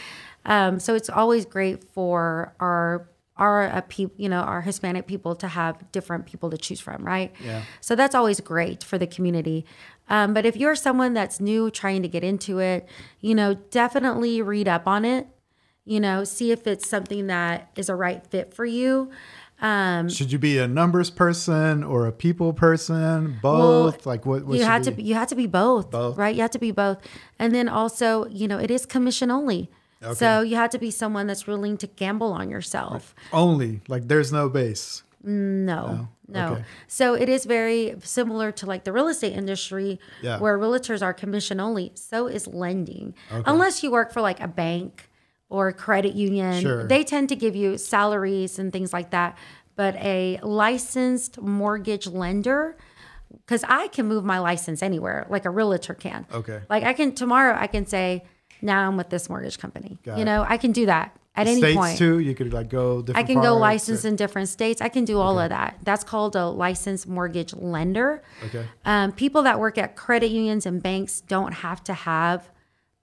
[SPEAKER 2] Um, so it's always great for our our uh, peop you know, our Hispanic people to have different people to choose from, right?
[SPEAKER 1] Yeah.
[SPEAKER 2] So that's always great for the community. Um, but if you're someone that's new trying to get into it, you know, definitely read up on it. You know, see if it's something that is a right fit for you. Um,
[SPEAKER 1] Should you be a numbers person or a people person? Both? like what? what
[SPEAKER 2] you
[SPEAKER 1] should
[SPEAKER 2] had to
[SPEAKER 1] be-
[SPEAKER 2] be, you had to be both,
[SPEAKER 1] Both.
[SPEAKER 2] right? You had to be both, and then also, you know, it is commission only. So you had to be someone that's willing to gamble on yourself.
[SPEAKER 1] only like there's no base.
[SPEAKER 2] No, no.
[SPEAKER 1] Okay.
[SPEAKER 2] So it is very similar to like the real estate industry,
[SPEAKER 1] Yeah.
[SPEAKER 2] where realtors are commission only. So is lending, unless you work for like a bank or a credit union.
[SPEAKER 1] Sure.
[SPEAKER 2] They tend to give you salaries and things like that. But a licensed mortgage lender, because I can move my license anywhere, like a realtor can.
[SPEAKER 1] Okay.
[SPEAKER 2] Like I can tomorrow, I can say, now I'm with this mortgage company.
[SPEAKER 1] Got
[SPEAKER 2] you
[SPEAKER 1] it.
[SPEAKER 2] know, I can do that at any
[SPEAKER 1] States
[SPEAKER 2] point.
[SPEAKER 1] too. You could like go
[SPEAKER 2] I
[SPEAKER 1] different.
[SPEAKER 2] can go
[SPEAKER 1] parts,
[SPEAKER 2] licensed in different states. I can do all of that. That's called a licensed mortgage lender.
[SPEAKER 1] Okay.
[SPEAKER 2] Um, people that work at credit unions and banks don't have to have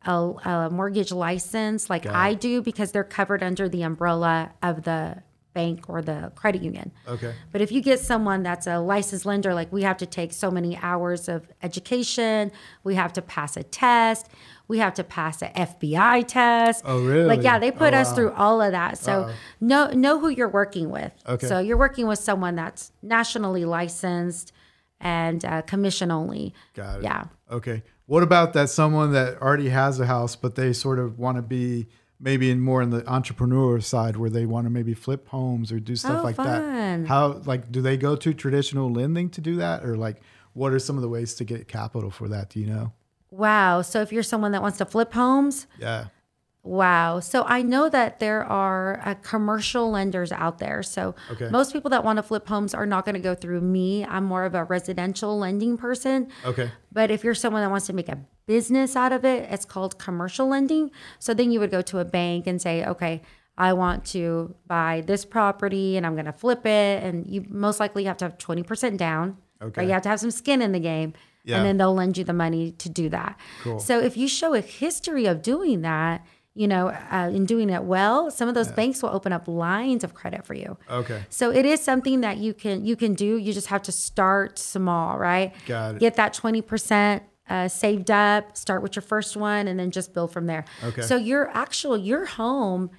[SPEAKER 2] a, a mortgage license like I do because they're covered under the umbrella of the bank or the credit union.
[SPEAKER 1] Okay.
[SPEAKER 2] But if you get someone that's a licensed lender, like we have to take so many hours of education, we have to pass a test, we have to pass a FBI test.
[SPEAKER 1] Oh, really?
[SPEAKER 2] Like yeah, they put
[SPEAKER 1] Oh,
[SPEAKER 2] us
[SPEAKER 1] wow.
[SPEAKER 2] through all of that. So know know who you're working with.
[SPEAKER 1] Okay.
[SPEAKER 2] So you're working with someone that's nationally licensed and uh, commission only.
[SPEAKER 1] Got it.
[SPEAKER 2] Yeah.
[SPEAKER 1] Okay. What about that someone that already has a house, but they sort of want to be maybe in more in the entrepreneur side where they want to maybe flip homes or do stuff
[SPEAKER 2] Oh,
[SPEAKER 1] like
[SPEAKER 2] fun.
[SPEAKER 1] that? How like do they go to traditional lending to do that, or like what are some of the ways to get capital for that? Do you know?
[SPEAKER 2] Wow. So if you're someone that wants to flip homes,
[SPEAKER 1] Yeah.
[SPEAKER 2] Wow. So I know that there are uh, commercial lenders out there. So
[SPEAKER 1] Okay.
[SPEAKER 2] most people that want to flip homes are not going to go through me. I'm more of a residential lending person.
[SPEAKER 1] Okay.
[SPEAKER 2] But if you're someone that wants to make a business out of it, it's called commercial lending. So then you would go to a bank and say, okay, I want to buy this property and I'm going to flip it. And you most likely have to have 20% down.
[SPEAKER 1] Okay.
[SPEAKER 2] Right? You have to have some skin in the game.
[SPEAKER 1] Yeah.
[SPEAKER 2] And then they'll lend you the money to do that.
[SPEAKER 1] Cool.
[SPEAKER 2] So if you show a history of doing that, you know, uh, in doing it well, some of those banks will open up lines of credit for you.
[SPEAKER 1] Okay.
[SPEAKER 2] So it is something that you can you can do. You just have to start small, right?
[SPEAKER 1] Got it.
[SPEAKER 2] Get that twenty percent uh, saved up. Start with your first one, and then just build from there.
[SPEAKER 1] Okay.
[SPEAKER 2] So your actual your home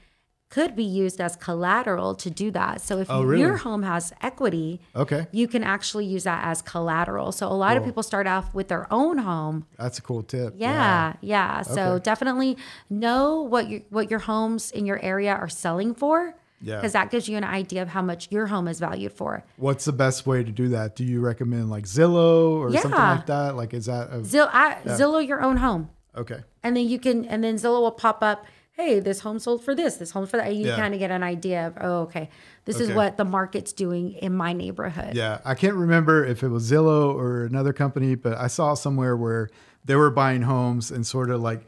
[SPEAKER 2] could be used as collateral to do that. So if
[SPEAKER 1] Oh, really?
[SPEAKER 2] your home has equity,
[SPEAKER 1] Okay.
[SPEAKER 2] you can actually use that as collateral. So a lot of
[SPEAKER 1] Cool.
[SPEAKER 2] people start off with their own home.
[SPEAKER 1] That's a cool tip.
[SPEAKER 2] Yeah, yeah. So
[SPEAKER 1] Okay.
[SPEAKER 2] definitely know what your what your homes in your area are selling for.
[SPEAKER 1] Yeah.
[SPEAKER 2] Because that gives you an idea of how much your home is valued for.
[SPEAKER 1] What's the best way to do that? Do you recommend like Zillow or something
[SPEAKER 2] Yeah.
[SPEAKER 1] like that? Like, is that a,
[SPEAKER 2] Zill, I, Zillow your own home,
[SPEAKER 1] okay?
[SPEAKER 2] and then you can, and then Zillow will pop up. Hey, this home sold for this. This home for that. And you
[SPEAKER 1] Yeah.
[SPEAKER 2] kind of get an idea of, oh, okay, this is
[SPEAKER 1] Okay.
[SPEAKER 2] what the market's doing in my neighborhood.
[SPEAKER 1] Yeah, I can't remember if it was Zillow or another company, but I saw somewhere where they were buying homes and sort of like,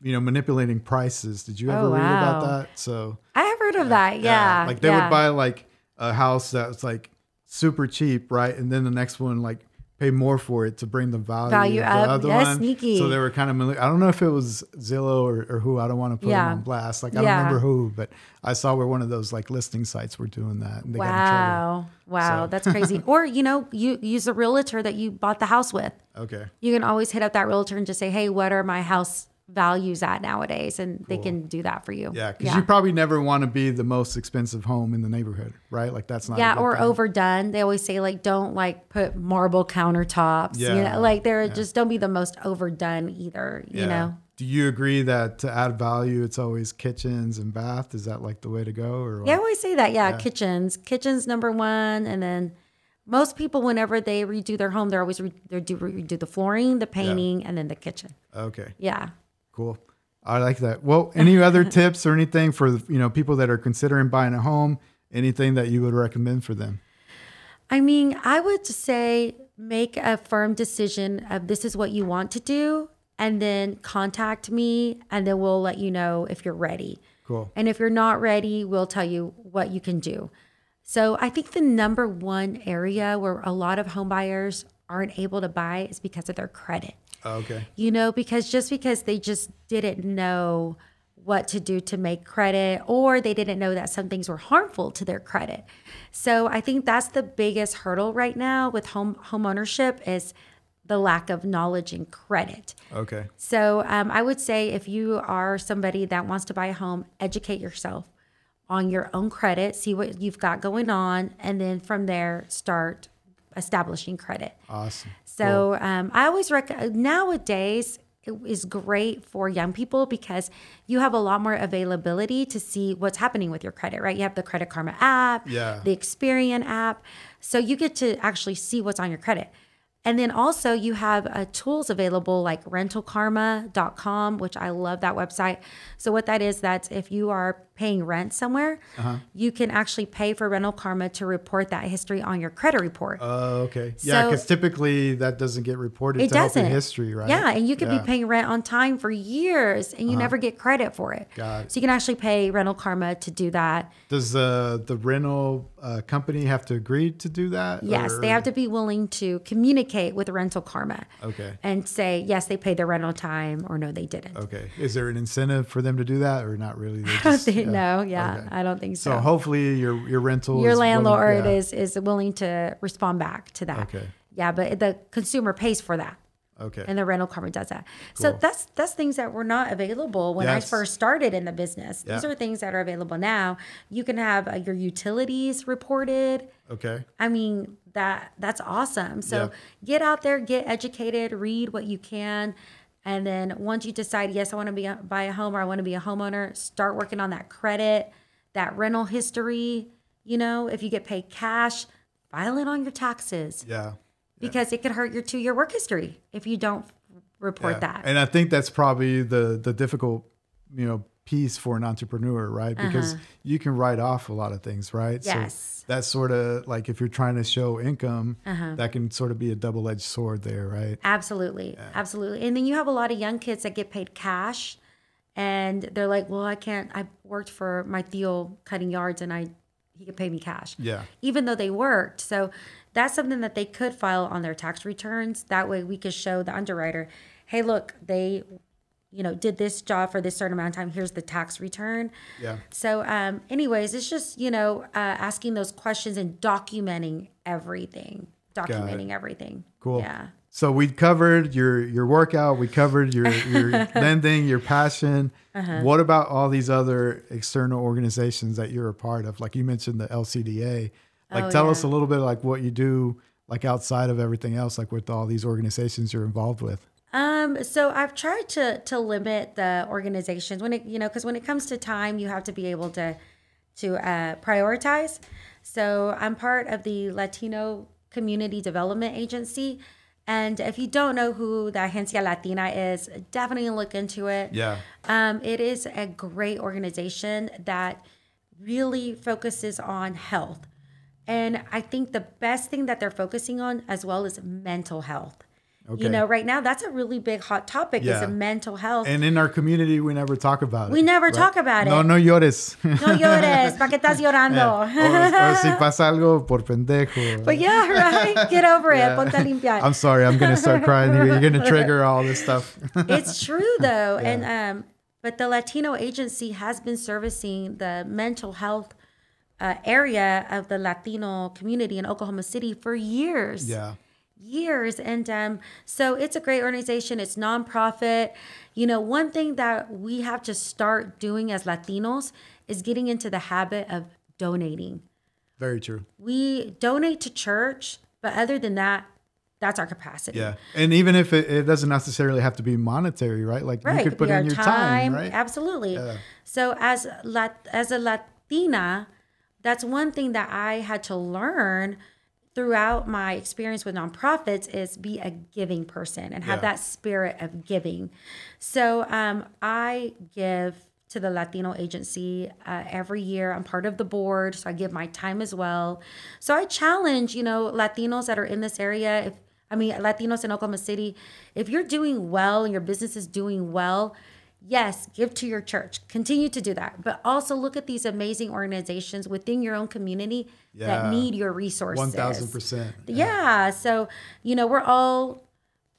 [SPEAKER 1] you know, manipulating prices. Did you ever
[SPEAKER 2] Oh,
[SPEAKER 1] read about
[SPEAKER 2] wow.
[SPEAKER 1] that? So
[SPEAKER 2] I have heard of that. Yeah,
[SPEAKER 1] like they
[SPEAKER 2] yeah.
[SPEAKER 1] would buy like a house that's like super cheap, right? And then the next one like pay more for it to bring the value,
[SPEAKER 2] Value
[SPEAKER 1] of the
[SPEAKER 2] up.
[SPEAKER 1] other
[SPEAKER 2] Yes,
[SPEAKER 1] one.
[SPEAKER 2] sneaky.
[SPEAKER 1] So they were kind of, mali- I don't know if it was Zillow or, or who, I don't want to put
[SPEAKER 2] Yeah.
[SPEAKER 1] them on blast. Like, I
[SPEAKER 2] Yeah.
[SPEAKER 1] don't remember who, but I saw where one of those like listing sites were doing that. And they got in trouble.
[SPEAKER 2] Wow. Wow. That's crazy. or, you know, you use the realtor that you bought the house with.
[SPEAKER 1] Okay.
[SPEAKER 2] You can always hit up that realtor and just say, hey, what are my house values at nowadays? And they can do that for you.
[SPEAKER 1] Yeah. Cause you probably never want to be the most expensive home in the neighborhood, right? Like, that's not, a
[SPEAKER 2] yeah,
[SPEAKER 1] good
[SPEAKER 2] or
[SPEAKER 1] thing.
[SPEAKER 2] overdone. They always say like don't like put marble countertops. You
[SPEAKER 1] Yeah.
[SPEAKER 2] know, like they're just don't be the most overdone either, you
[SPEAKER 1] Yeah.
[SPEAKER 2] know.
[SPEAKER 1] Do you agree that to add value, it's always kitchens and bath? Is that like the way to go? Or what?
[SPEAKER 2] They always say that, yeah, kitchens. Kitchens number one and then most people whenever they redo their home, they're always re- they do redo the flooring, the painting, and then the kitchen.
[SPEAKER 1] okay.
[SPEAKER 2] Yeah.
[SPEAKER 1] Cool. I like that. Well, any other tips or anything for you know people that are considering buying a home? Anything that you would recommend for them?
[SPEAKER 2] I mean, I would just say make a firm decision of this is what you want to do and then contact me and then we'll let you know if you're ready.
[SPEAKER 1] Cool.
[SPEAKER 2] And if you're not ready, we'll tell you what you can do. So I think the number one area where a lot of home buyers aren't able to buy is because of their credit.
[SPEAKER 1] Okay.
[SPEAKER 2] You know, because just because they just didn't know what to do to make credit or they didn't know that some things were harmful to their credit. So I think that's the biggest hurdle right now with home home ownership is the lack of knowledge and credit.
[SPEAKER 1] Okay.
[SPEAKER 2] So um, I would say if you are somebody that wants to buy a home, educate yourself on your own credit, see what you've got going on, and then from there start establishing credit.
[SPEAKER 1] Awesome.
[SPEAKER 2] So um, I always recommend nowadays it is great for young people because you have a lot more availability to see what's happening with your credit, right? You have the Credit Karma app,
[SPEAKER 1] Yeah.
[SPEAKER 2] the Experian app, so you get to actually see what's on your credit. And then also you have uh, tools available like rentalkarma.com, which I love that website. So what that is, that's if you are paying rent somewhere, you can actually pay for Rental Karma to report that history on your credit report.
[SPEAKER 1] Uh, okay. Yeah,
[SPEAKER 2] So-
[SPEAKER 1] because typically that doesn't get reported.
[SPEAKER 2] It
[SPEAKER 1] to help in
[SPEAKER 2] doesn't.
[SPEAKER 1] history, right?
[SPEAKER 2] Yeah, and you could
[SPEAKER 1] Yeah. Uh-huh.
[SPEAKER 2] be paying rent on time for years, and you never get credit for it.
[SPEAKER 1] Got it.
[SPEAKER 2] So you can actually pay Rental Karma to do that.
[SPEAKER 1] Does uh, the rental uh, company have to agree to do that?
[SPEAKER 2] Yes, they have to be willing to communicate with Rental Karma
[SPEAKER 1] Okay.
[SPEAKER 2] and say yes, they paid their rent on time, or no, they didn't.
[SPEAKER 1] Okay. Is there an incentive for them to do that, or not really? They
[SPEAKER 2] I don't
[SPEAKER 1] just-
[SPEAKER 2] think no, yeah,
[SPEAKER 1] Okay.
[SPEAKER 2] I don't think
[SPEAKER 1] So
[SPEAKER 2] so.
[SPEAKER 1] hopefully your your rental
[SPEAKER 2] Your
[SPEAKER 1] is willing-
[SPEAKER 2] landlord
[SPEAKER 1] yeah.
[SPEAKER 2] is is willing to respond back to that.
[SPEAKER 1] Okay.
[SPEAKER 2] Yeah, but the consumer pays for that.
[SPEAKER 1] okay.
[SPEAKER 2] and the rental company does that. So that's that's things that were not available when I
[SPEAKER 1] Yes.
[SPEAKER 2] first started in the business. These
[SPEAKER 1] Yeah.
[SPEAKER 2] are things that are available now. You can have uh, your utilities reported.
[SPEAKER 1] okay.
[SPEAKER 2] I mean that that's awesome. So
[SPEAKER 1] Yeah.
[SPEAKER 2] get out there, get educated, read what you can, and then once you decide, yes, I want to be a, buy a home or I want to be a homeowner, start working on that credit, that rental history. You know, if you get paid cash, file it on your taxes
[SPEAKER 1] Yeah.
[SPEAKER 2] because it could hurt your two year work history if you don't report
[SPEAKER 1] Yeah.
[SPEAKER 2] that.
[SPEAKER 1] And I think that's probably the the difficult, you know, piece for an entrepreneur, right? Because you can write off a lot of things, right?
[SPEAKER 2] Uh-huh. Yes. Uh-huh.
[SPEAKER 1] So that's sort of like if you're trying to show income, that can sort of be a double edged sword there, right?
[SPEAKER 2] absolutely. Absolutely. And then you have a lot of young kids that get paid cash and they're like, well, I can't, I worked for my Theo cutting yards and I, he could pay me cash.
[SPEAKER 1] Yeah.
[SPEAKER 2] Even though they worked. So that's something that they could file on their tax returns. That way we could show the underwriter, hey, look, they, you know, did this job for this certain amount of time. Here's the tax return.
[SPEAKER 1] Yeah.
[SPEAKER 2] So, um, anyways, it's just you know uh, asking those questions and documenting everything, documenting everything.
[SPEAKER 1] Cool.
[SPEAKER 2] Yeah.
[SPEAKER 1] So we covered your your workout, we covered your your lending, your passion.
[SPEAKER 2] Uh-huh.
[SPEAKER 1] What about all these other external organizations that you're a part of? Like you mentioned the LCDA. Like
[SPEAKER 2] Oh,
[SPEAKER 1] tell
[SPEAKER 2] yeah.
[SPEAKER 1] us a little bit like what you do like outside of everything else like with all these organizations you're involved with.
[SPEAKER 2] Um, so I've tried to to limit the organizations when it you know because when it comes to time, you have to be able to to uh, prioritize. So I'm part of the Latino Community Development Agency, and if you don't know who the Agencia Latina is, definitely look into it.
[SPEAKER 1] Yeah.
[SPEAKER 2] Um, it is a great organization that really focuses on health. And I think the best thing that they're focusing on as well is mental health.
[SPEAKER 1] Okay.
[SPEAKER 2] You know, right now that's a really big hot topic
[SPEAKER 1] Yeah.
[SPEAKER 2] is a mental health.
[SPEAKER 1] And in our community, we never talk about it.
[SPEAKER 2] We never talk about
[SPEAKER 1] No,
[SPEAKER 2] it. Oh.
[SPEAKER 1] no llores.
[SPEAKER 2] no llores, pa que estás
[SPEAKER 1] or,
[SPEAKER 2] llorando.
[SPEAKER 1] or si pasa algo por pendejo.
[SPEAKER 2] but yeah, right. Get over it. Ponte a limpiar.
[SPEAKER 1] I'm sorry, I'm gonna start crying. You're, you're gonna trigger all this stuff.
[SPEAKER 2] it's true though and um but the latino agency has been servicing the mental health uh, area of the latino community in oklahoma city for years
[SPEAKER 1] yeah.
[SPEAKER 2] years and um so it's a great organization it's nonprofit you know one thing that we have to start doing as latinos is getting into the habit of donating
[SPEAKER 1] Very true.
[SPEAKER 2] we donate to church but other than that that's our capacity
[SPEAKER 1] Yeah. And even if it, it doesn't necessarily have to be monetary, right? Like
[SPEAKER 2] right.
[SPEAKER 1] you could
[SPEAKER 2] it could
[SPEAKER 1] put
[SPEAKER 2] be
[SPEAKER 1] in
[SPEAKER 2] our
[SPEAKER 1] your
[SPEAKER 2] time,
[SPEAKER 1] time, right?
[SPEAKER 2] Absolutely. So as Lat- as a Latina, that's one thing that I had to learn throughout my experience with nonprofits is be a giving person and have
[SPEAKER 1] Yeah.
[SPEAKER 2] that spirit of giving. So um, I give to the Latino agency uh, every year. I'm part of the board, so I give my time as well. So I challenge, you know, Latinos that are in this area. If I mean Latinos in Oklahoma City, if you're doing well and your business is doing well, yes, give to your church. Continue to do that, but also look at these amazing organizations within your own community
[SPEAKER 1] Yeah.
[SPEAKER 2] that need your resources.
[SPEAKER 1] One thousand percent.
[SPEAKER 2] Yeah. So, you know, we're all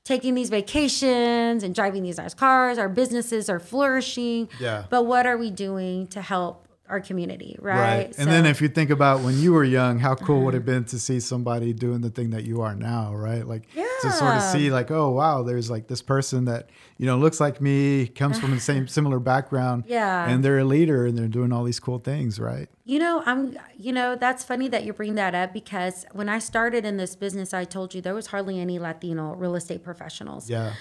[SPEAKER 2] taking these vacations and driving these nice cars. Our businesses are flourishing.
[SPEAKER 1] Yeah.
[SPEAKER 2] But what are we doing to help our community? Right. Mm-hmm.
[SPEAKER 1] Right. And then if you think about when you were young, how cool would it have been to see somebody doing the thing that you are now, right? Like to sort of
[SPEAKER 2] Yeah.
[SPEAKER 1] see like, oh wow, there's like this person that, you know, looks like me, comes from the same similar background.
[SPEAKER 2] Yeah.
[SPEAKER 1] And they're a leader and they're doing all these cool things, right?
[SPEAKER 2] You know, I'm you know, that's funny that you bring that up because when I started in this business, I told you there was hardly any Latino real estate professionals.
[SPEAKER 1] Yeah.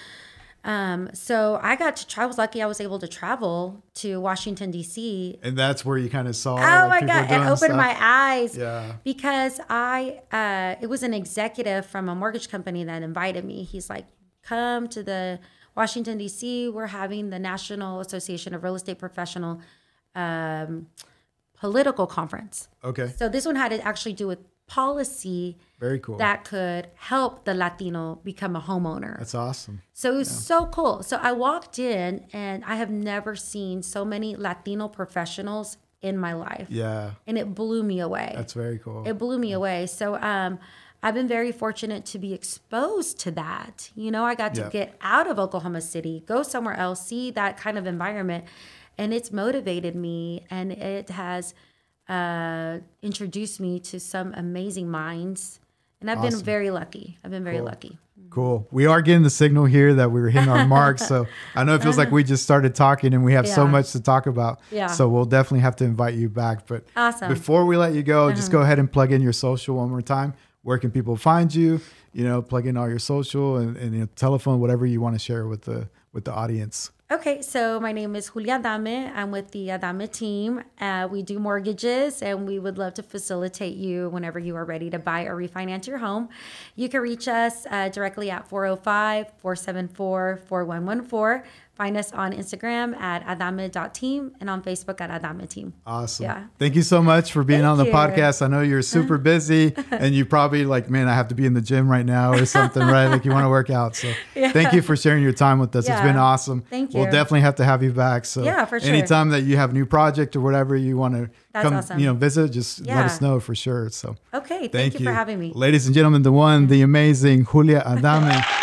[SPEAKER 2] Um, so I got to try I was lucky I was able to travel to Washington DC
[SPEAKER 1] And that's where you kind of saw
[SPEAKER 2] Oh
[SPEAKER 1] like,
[SPEAKER 2] my
[SPEAKER 1] people
[SPEAKER 2] god! It
[SPEAKER 1] doing
[SPEAKER 2] opened
[SPEAKER 1] stuff.
[SPEAKER 2] my eyes.
[SPEAKER 1] Yeah.
[SPEAKER 2] Because I, uh, it was an executive from a mortgage company that invited me. He's like, "Come to the Washington D.C. We're having the National Association of Real Estate Professional um, political conference."
[SPEAKER 1] Okay.
[SPEAKER 2] So this one had to actually do with policy
[SPEAKER 1] Very cool.
[SPEAKER 2] that could help the Latino become a homeowner.
[SPEAKER 1] That's awesome.
[SPEAKER 2] So it was so cool. So I walked in, and I have never seen so many Latino professionals in my life
[SPEAKER 1] Yeah.
[SPEAKER 2] and it blew me away.
[SPEAKER 1] That's very cool.
[SPEAKER 2] it blew me away. So um, I've been very fortunate to be exposed to that. You know, I got to
[SPEAKER 1] Yeah.
[SPEAKER 2] get out of Oklahoma City, go somewhere else, see that kind of environment, and it's motivated me, and it has uh, introduced me to some amazing minds. And I've been very lucky. I've been very lucky.
[SPEAKER 1] Cool. We are getting the signal here that we were hitting our mark. So I know it feels like we just started talking and we have so
[SPEAKER 2] Yeah.
[SPEAKER 1] much to talk about.
[SPEAKER 2] Yeah.
[SPEAKER 1] So we'll definitely have to invite you back. But
[SPEAKER 2] Awesome. Uh-huh.
[SPEAKER 1] before we let you go, just go ahead and plug in your social one more time. Where can people find you? You know, plug in all your social and, and your telephone, whatever you want to share with the with the audience.
[SPEAKER 2] Okay, so my name is Julia Adame. I'm with the Adame team. Uh, we do mortgages and we would love to facilitate you whenever you are ready to buy or refinance your home. You can reach us uh, directly at 405 474 4114. Find us on Instagram at adame.team and on Facebook at adame team.
[SPEAKER 1] Awesome.
[SPEAKER 2] Yeah.
[SPEAKER 1] Thank you so much for being
[SPEAKER 2] Thank
[SPEAKER 1] on the
[SPEAKER 2] you.
[SPEAKER 1] podcast. I know you're super busy and you probably like, man, I have to be in the gym right now or something, right? Like you want to work out. So thank you for sharing your time with us. It's
[SPEAKER 2] Yeah.
[SPEAKER 1] been awesome.
[SPEAKER 2] Thank
[SPEAKER 1] We'll
[SPEAKER 2] you.
[SPEAKER 1] definitely have to have you back. So
[SPEAKER 2] Yeah, for sure.
[SPEAKER 1] anytime that you have a new project or whatever you want to
[SPEAKER 2] That's
[SPEAKER 1] come,
[SPEAKER 2] awesome.
[SPEAKER 1] you know, visit, just
[SPEAKER 2] Yeah.
[SPEAKER 1] let us know for sure. So
[SPEAKER 2] Okay, thank,
[SPEAKER 1] thank,
[SPEAKER 2] you for having me. Mm-hmm.
[SPEAKER 1] Ladies and gentlemen, the one, the amazing Julia Adame.